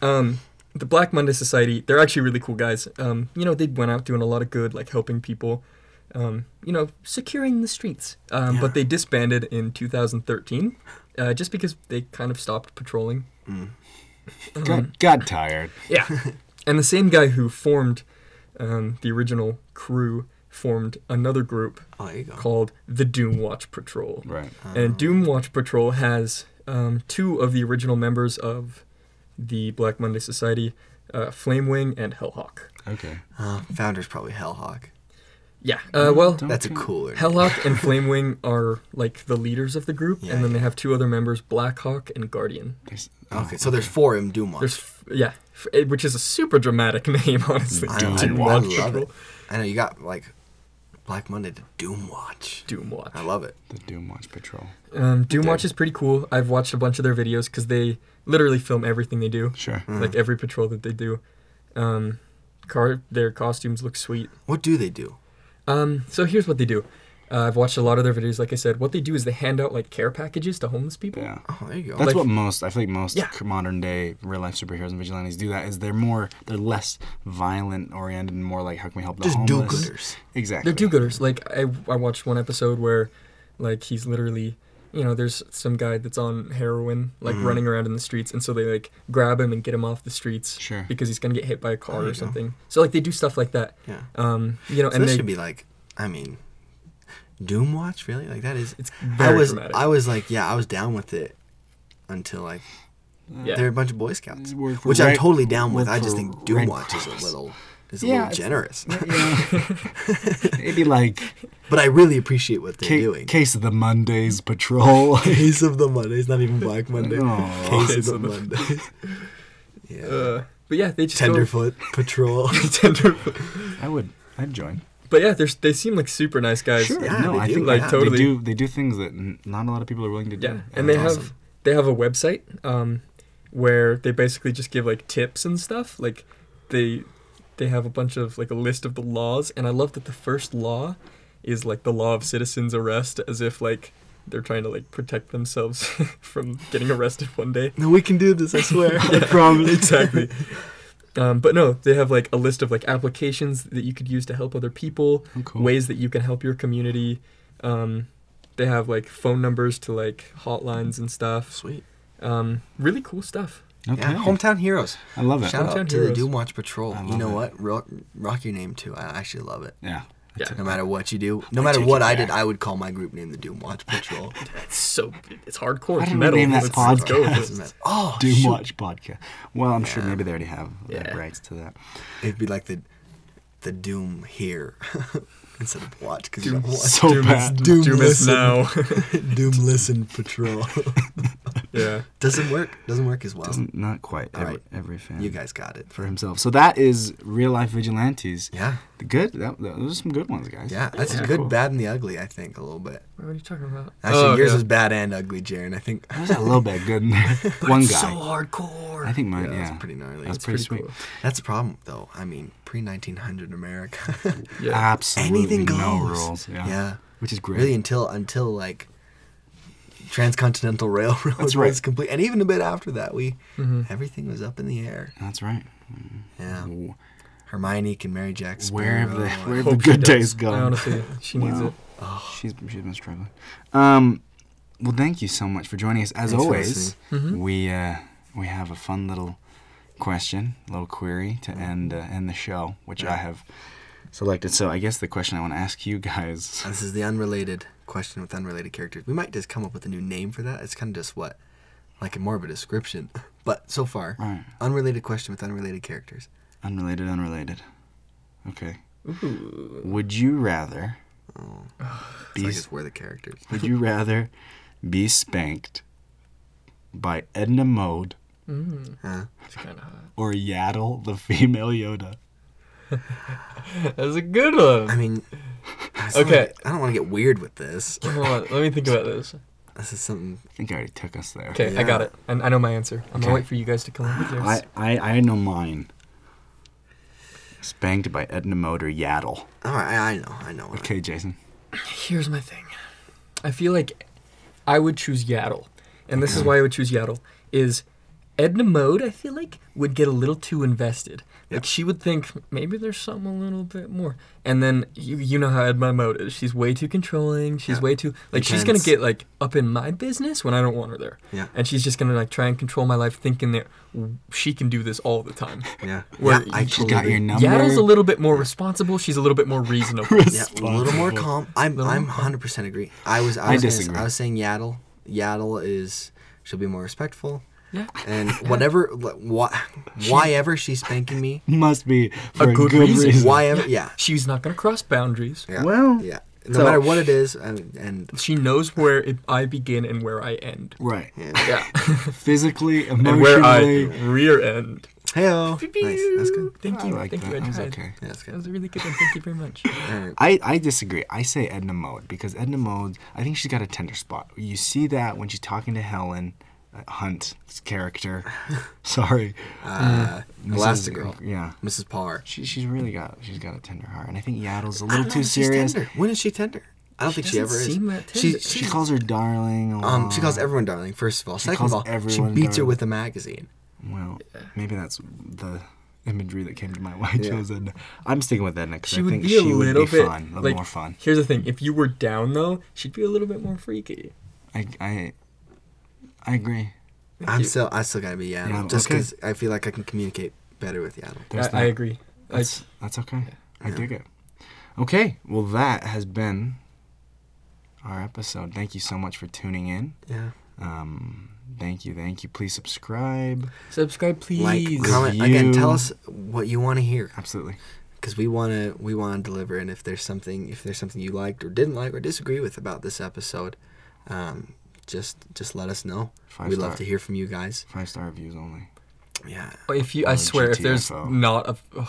C: um, the Black Monday Society, they're actually really cool guys. Um, you know, they went out doing a lot of good, like helping people, um, you know, securing the streets. Um, But they disbanded in 2013 uh, just because they kind of stopped patrolling.
A: Got, got tired.
C: Yeah. <laughs> and the same guy who formed um, the original crew formed another group
B: Oh, there you go.
C: called the Doom Watch Patrol.
A: Right.
B: Oh.
C: And Doom Watch Patrol has um, two of the original members of the Black Monday Society, uh, Flamewing and Hellhawk.
A: Okay.
B: Uh, founder's probably Hellhawk.
C: Yeah. Uh, well,
A: Don't-
B: That's a
A: Okay.
B: cooler.
C: Hellhawk and Flamewing are like the leaders of the group,
B: Yeah,
C: and then they have two other members, Blackhawk and Guardian.
A: There's-
B: Okay, so there's four in Doom Watch.
C: There's f- yeah, f- eh, which is a super dramatic <laughs> name, honestly.
B: I,
A: Doom
B: know, I, I
A: Watch.
B: love it. I know you got like Black Monday to Doom Watch.
C: Doom Watch.
B: I love it.
A: The Doom Watch Patrol.
C: Um, Doom Watch is pretty cool. I've watched a bunch of their videos because they literally film everything they do,
A: Sure.
C: like every patrol that they do. Um, car, their costumes look sweet.
B: What do they do?
C: Um, so here's what they do. Uh, I've watched a lot of their videos. Like I said, what they do is they hand out like care packages to homeless people.
A: Yeah.
B: Oh, there you go.
A: That's
C: Like-
A: what most I feel like most
C: Yeah.
A: c- modern day real life superheroes and vigilantes do. That is they're more they're less violent oriented and more like how can we help the
B: Just
A: homeless?
B: do-gooders.
A: Exactly.
C: They're do-gooders. Like I, I watched one episode where, like he's literally, you know, there's some guy that's on heroin, like running around in the streets, and so they like grab him and get him off the streets
A: Sure.
C: because he's gonna get hit by a car
B: There
C: or
B: you go.
C: something. So like they do stuff like that.
B: Yeah.
C: Um, you know,
B: So
C: and
B: this
C: they,
B: should be like, I mean, Doom Watch really? Like that is.
C: it's
B: I
C: very
B: was
C: dramatic.
B: I was like, yeah, I was down with it until like
C: yeah.
B: they're a bunch of Boy Scouts,
A: Work for
B: which I'm
A: Red-
B: totally down with.
A: work
B: I just
A: for
B: think Doom
A: Red
B: Watch
A: Cross.
B: is a little is a
A: Yeah,
B: little
A: it's-
B: generous,
A: <laughs> It'd be like
B: but I really appreciate what <laughs> they're
A: ca-
B: doing. <laughs>
A: case of the Mondays patrol.
D: Case of the Mondays, not even
C: <laughs>
D: Black Monday.
C: Oh,
A: Aw.
D: Case of the Mondays.
B: <laughs> yeah.
C: uh, but yeah, they just go-
D: Tenderfoot
B: <laughs>
D: Patrol.
C: Tenderfoot.
A: I would. I'd join.
C: But yeah, they're, they seem like super nice guys.
A: Sure.
B: Yeah,
A: no,
B: they
A: I
B: do,
A: think
C: like,
A: they,
C: totally.
A: they do. They do things that n- not a lot of people are willing to do.
C: Yeah, and they
A: that's
C: have they have a website um, where they basically just give like tips and stuff. Like they they have a bunch of like a list of the laws, and I love that the first law is like the law of citizens arrest, as if like they're trying to like protect themselves <laughs> from getting arrested one day.
D: no, we can do this, I
C: <laughs>
D: swear.
A: <laughs>
C: exactly. <laughs> Um, but no, they have like a list of like applications that you could use to help other people,
A: Oh, cool.
C: ways that you can help your community. Um, they have like phone numbers to like hotlines and stuff.
B: Sweet.
C: Um, really cool stuff.
A: Okay.
B: Yeah, hometown heroes.
A: I love it.
B: Shout
C: Hometown
B: out to
C: heroes.
B: the Doom Watch Patrol.
A: I
B: You
A: love
B: know
A: it.
B: what? Rock, rock your name too. I actually love it.
A: yeah.
E: Yeah,
B: No matter what you do, no matter
A: take
B: what
A: it
B: I did,
A: back.
B: I would call my group name the Doom
E: <laughs>
B: Watch Patrol. <laughs>
E: it's so it's hardcore.
A: Why
E: It's
A: didn't we
E: metal.
A: name that
E: let's, let's go
A: podcast?
E: with it.
B: oh,
A: Doom
B: shoot.
A: Watch podcast. Well, I'm sure maybe they already have the
E: Yeah.
A: rights to that.
B: It'd be like the the Doom here <laughs> instead of watch because you don't watch.
A: So
E: Doom is-
A: bad.
B: Doom
E: Doom is
B: listen.
E: now.
B: <laughs> Doom Listen
E: <laughs>
B: Patrol.
E: yeah.
B: Doesn't work. Doesn't work as well.
A: Doesn't not quite every,
B: right.
A: every fan.
B: You guys got it.
A: for himself. So that is real life vigilantes.
B: Yeah.
A: The Good. That, that- those are some good ones, guys.
B: Yeah, that's
E: Yeah,
B: good,
E: cool.
B: bad, and the ugly. I think a little bit.
C: What are you talking about?
B: Actually,
E: Oh,
B: yours
E: yeah.
B: was bad and ugly, Jaren. I think
A: There's a little bit good in
B: <laughs>
A: there. One guy.
C: So hardcore.
A: I think mine.
B: Yeah,
A: Yeah,
B: that's pretty gnarly.
A: That's
B: That's
A: pretty,
E: pretty
A: sweet.
B: that's the problem, though. I mean, pre nineteen hundred America, <laughs>
A: Ah,
E: Yeah.
A: Absolutely
B: anything goes.
A: no rules. Yeah.
B: yeah.
A: which is great.
B: really until until like transcontinental railroad
A: <laughs> That's right. Mm-hmm.
B: was complete and even a bit after that we
C: Mm-hmm.
B: everything was up in the air
A: That's right.
B: yeah
A: Wh-
B: hermione can marry jack
A: Where
B: sparrow
A: have the
B: and-
A: where have the
E: Hope she
A: good
E: does.
A: days
C: I
A: gone?
C: honestly, she needs
A: Wow.
C: it.
A: She's she's been struggling. Um, well, thank you so much for joining us. As
B: Thanks for
A: always, we uh, we have a fun little question, little query
B: Mm-hmm.
A: to end uh, end the show, which I have selected. So I guess the question I want to ask you guys.
B: <laughs> this is the unrelated question with unrelated characters we might just come up with a new name for that it's kind of just what like more of a description <laughs> but so far
A: Right.
B: unrelated question with unrelated characters
A: Unrelated, unrelated. Okay.
C: Uh,
A: Would you rather
B: it's
A: be
B: like it's where the characters
A: Would
C: <laughs>
A: you rather be spanked by Edna Mode
B: huh?
E: It's kinda hot.
A: or Yaddle the female Yoda?
C: <laughs> That's a good one.
B: i mean I just
C: Okay.
B: don't- i don't want to get weird with this
C: Hold on, let me think about this.
B: this is something
A: I think I already took us there.
C: Okay, I got it. And I know my answer. I'm gonna wait for you guys to come up with yours.
A: I, I, I know mine. Spanked by Edna Mode or Yaddle.
B: all right i I know i know what
A: Okay, Jason.
C: Here's my thing. I feel like I would choose Yaddle, and this is why I would choose Yaddle. Is Edna Mode? I feel like would get a little too invested. Like she would think maybe there's something a little bit more, and then you you know how Edna Mode is. She's way too controlling. She's way too like she's gonna
B: Intense.
C: get like up in my business when I don't want her there.
B: Yeah.
C: And she's just gonna like try and control my life, thinking that she can do this all the time.
B: Yeah.
A: <laughs>
C: Where
B: yeah, I
A: She's got
B: totally-
A: your number.
C: Yaddle's a little bit more responsible. She's a little bit more
A: <laughs>
C: reasonable.
B: Yeah, a little more calm. I'm I'm 100% agree. I was I,
A: I
B: was gonna s-
A: disagree.
B: I was saying Yaddle. Yaddle is she'll be more respectful.
C: yeah.
A: <laughs>
B: And whatever why why ever she's spanking me,
A: Must be for a good,
C: good
A: reason.
C: reason.
B: why ever yeah.
C: She's not gonna cross boundaries.
B: yeah.
A: <laughs> Well,
B: yeah. No
C: so-
B: matter what it is and, and
C: She knows where it, I begin and where I end.
A: Right.
B: <laughs>
A: <laughs>
C: <laughs> Yeah.
A: Physically, emotionally.
C: and where I rear end.
B: heyo. Nice. That's good.
C: Thank
A: I
C: you.
A: like
C: Thank
A: that.
C: you. I
A: That was
C: tried.
A: okay.
B: Yeah, that's
C: That
B: good.
C: was a really good one. Thank you very much.
B: Alright.
A: <laughs> I, I disagree. I say Edna Mode because Edna Mode, I think she's got a tender spot. You see that when she's talking to Helen uh, Hunt's character. <laughs> Sorry.
B: Uh,
A: Mrs.
B: Elastigirl.
A: Yeah.
B: Mrs. Parr.
A: She, she's really got she's got a tender heart, and I think Yaddle's a little
B: I don't know
A: too
B: if she's
A: serious.
B: Tender. When is she tender? I don't think she ever
C: doesn't seem
B: is.
C: that
B: She,
C: tender.
A: She
B: she
A: calls her darling. A
B: um
A: lot.
B: she calls everyone darling first of all. Second
A: calls
B: of all, she beats
A: everyone
B: her
A: darling.
B: with a magazine.
A: Well, maybe that's the imagery that came to my <laughs> mind. Chose Edna. I'm sticking with Edna because
C: She
A: I
C: would
A: think
C: be a
A: she would
C: little
A: be
C: bit
A: fun, a little
C: like,
A: more fun.
C: Here's the thing: if you were down though, she'd be a little bit more freaky.
A: I I, I agree.
B: I'm still, I still gotta be Yaddle,
A: Yeah,
B: just
A: okay.
B: because I feel like I can communicate better with Yaddle.
A: There's
C: I, I
A: that.
C: agree. I,
A: That's that's okay. I dig it. Okay, well that has been our episode. Thank you so much for tuning in.
B: Yeah.
A: Um, thank you, thank you. Please subscribe.
C: subscribe,
B: Like,
C: please.
B: comment again. Tell
A: You-
B: us what you want to hear,
A: Absolutely.
B: because we wanna, we wanna deliver. And if there's something, if there's something you liked or didn't like or disagree with about this episode, um, just, just let us know.
A: Five
B: we
A: star.
B: love to hear from you guys.
A: Five star reviews only.
B: Yeah.
C: if you, I
A: Oh,
C: swear, if there's
A: GTFO.
C: not a, <sighs> ugh,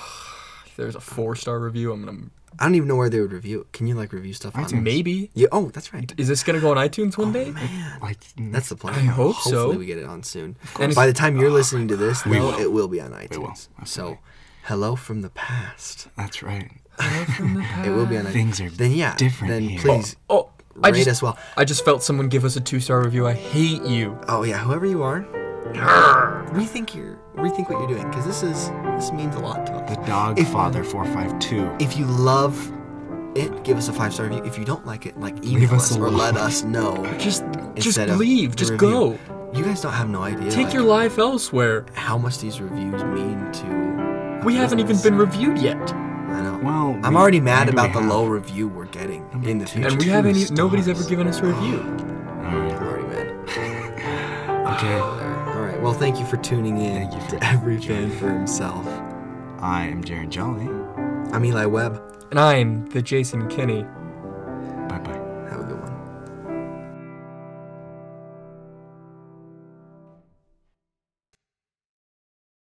C: if there's a four-star review, I'm gonna
B: I don't even know where they would review. it. Can you like review stuff on?
A: iTunes.
C: maybe.
B: Yeah. Oh, that's right.
C: Is this gonna go on iTunes one
B: Oh,
C: day?
A: Like
B: That's the plan.
C: I hope so.
B: Hopefully we get it on soon.
C: And
B: By the
C: if-
B: time you're listening to this, though,
A: will.
B: it will be on iTunes.
A: will.
B: So,
A: Absolutely.
B: hello from the past.
A: that's right.
B: It will be on iTunes.
A: Ah, Things are
B: then yeah,
A: different
B: Then
A: here.
B: please
C: Oh, I
B: rate
C: just,
B: us well.
C: I just felt someone give us a two-star review. I hate you.
B: Oh yeah, whoever you are, rethink your rethink what you're doing because this is this means a lot to
A: The
B: us.
A: Dog
B: If-
A: Father four five two.
B: If you love it, give us a five star review. If you don't like it, like email
A: us
B: us, or
A: alone.
B: let us know.
C: Just, just
B: instead of
C: leave.
B: the
C: Just
B: review.
C: go.
B: You guys don't have no idea.
C: Take
B: like,
C: your life elsewhere.
B: How much these reviews mean to. a
C: We haven't even
B: business.
C: been reviewed yet.
B: I know.
A: Well,
B: I'm
A: we-
B: already mad
A: who do we
B: about the
A: have?
B: low review we're getting in the future.
E: And we
A: Two
E: haven't. e- Nobody's
A: stars.
E: ever given us a review.
B: I'm already mad.
A: Okay.
B: <sighs> All right. Well, thank you for tuning in.
A: Thank you for-
B: to every fan for himself.
A: I am Jaren Jolly.
B: I'm Eli Webb.
C: And I'm the Jason Kinney.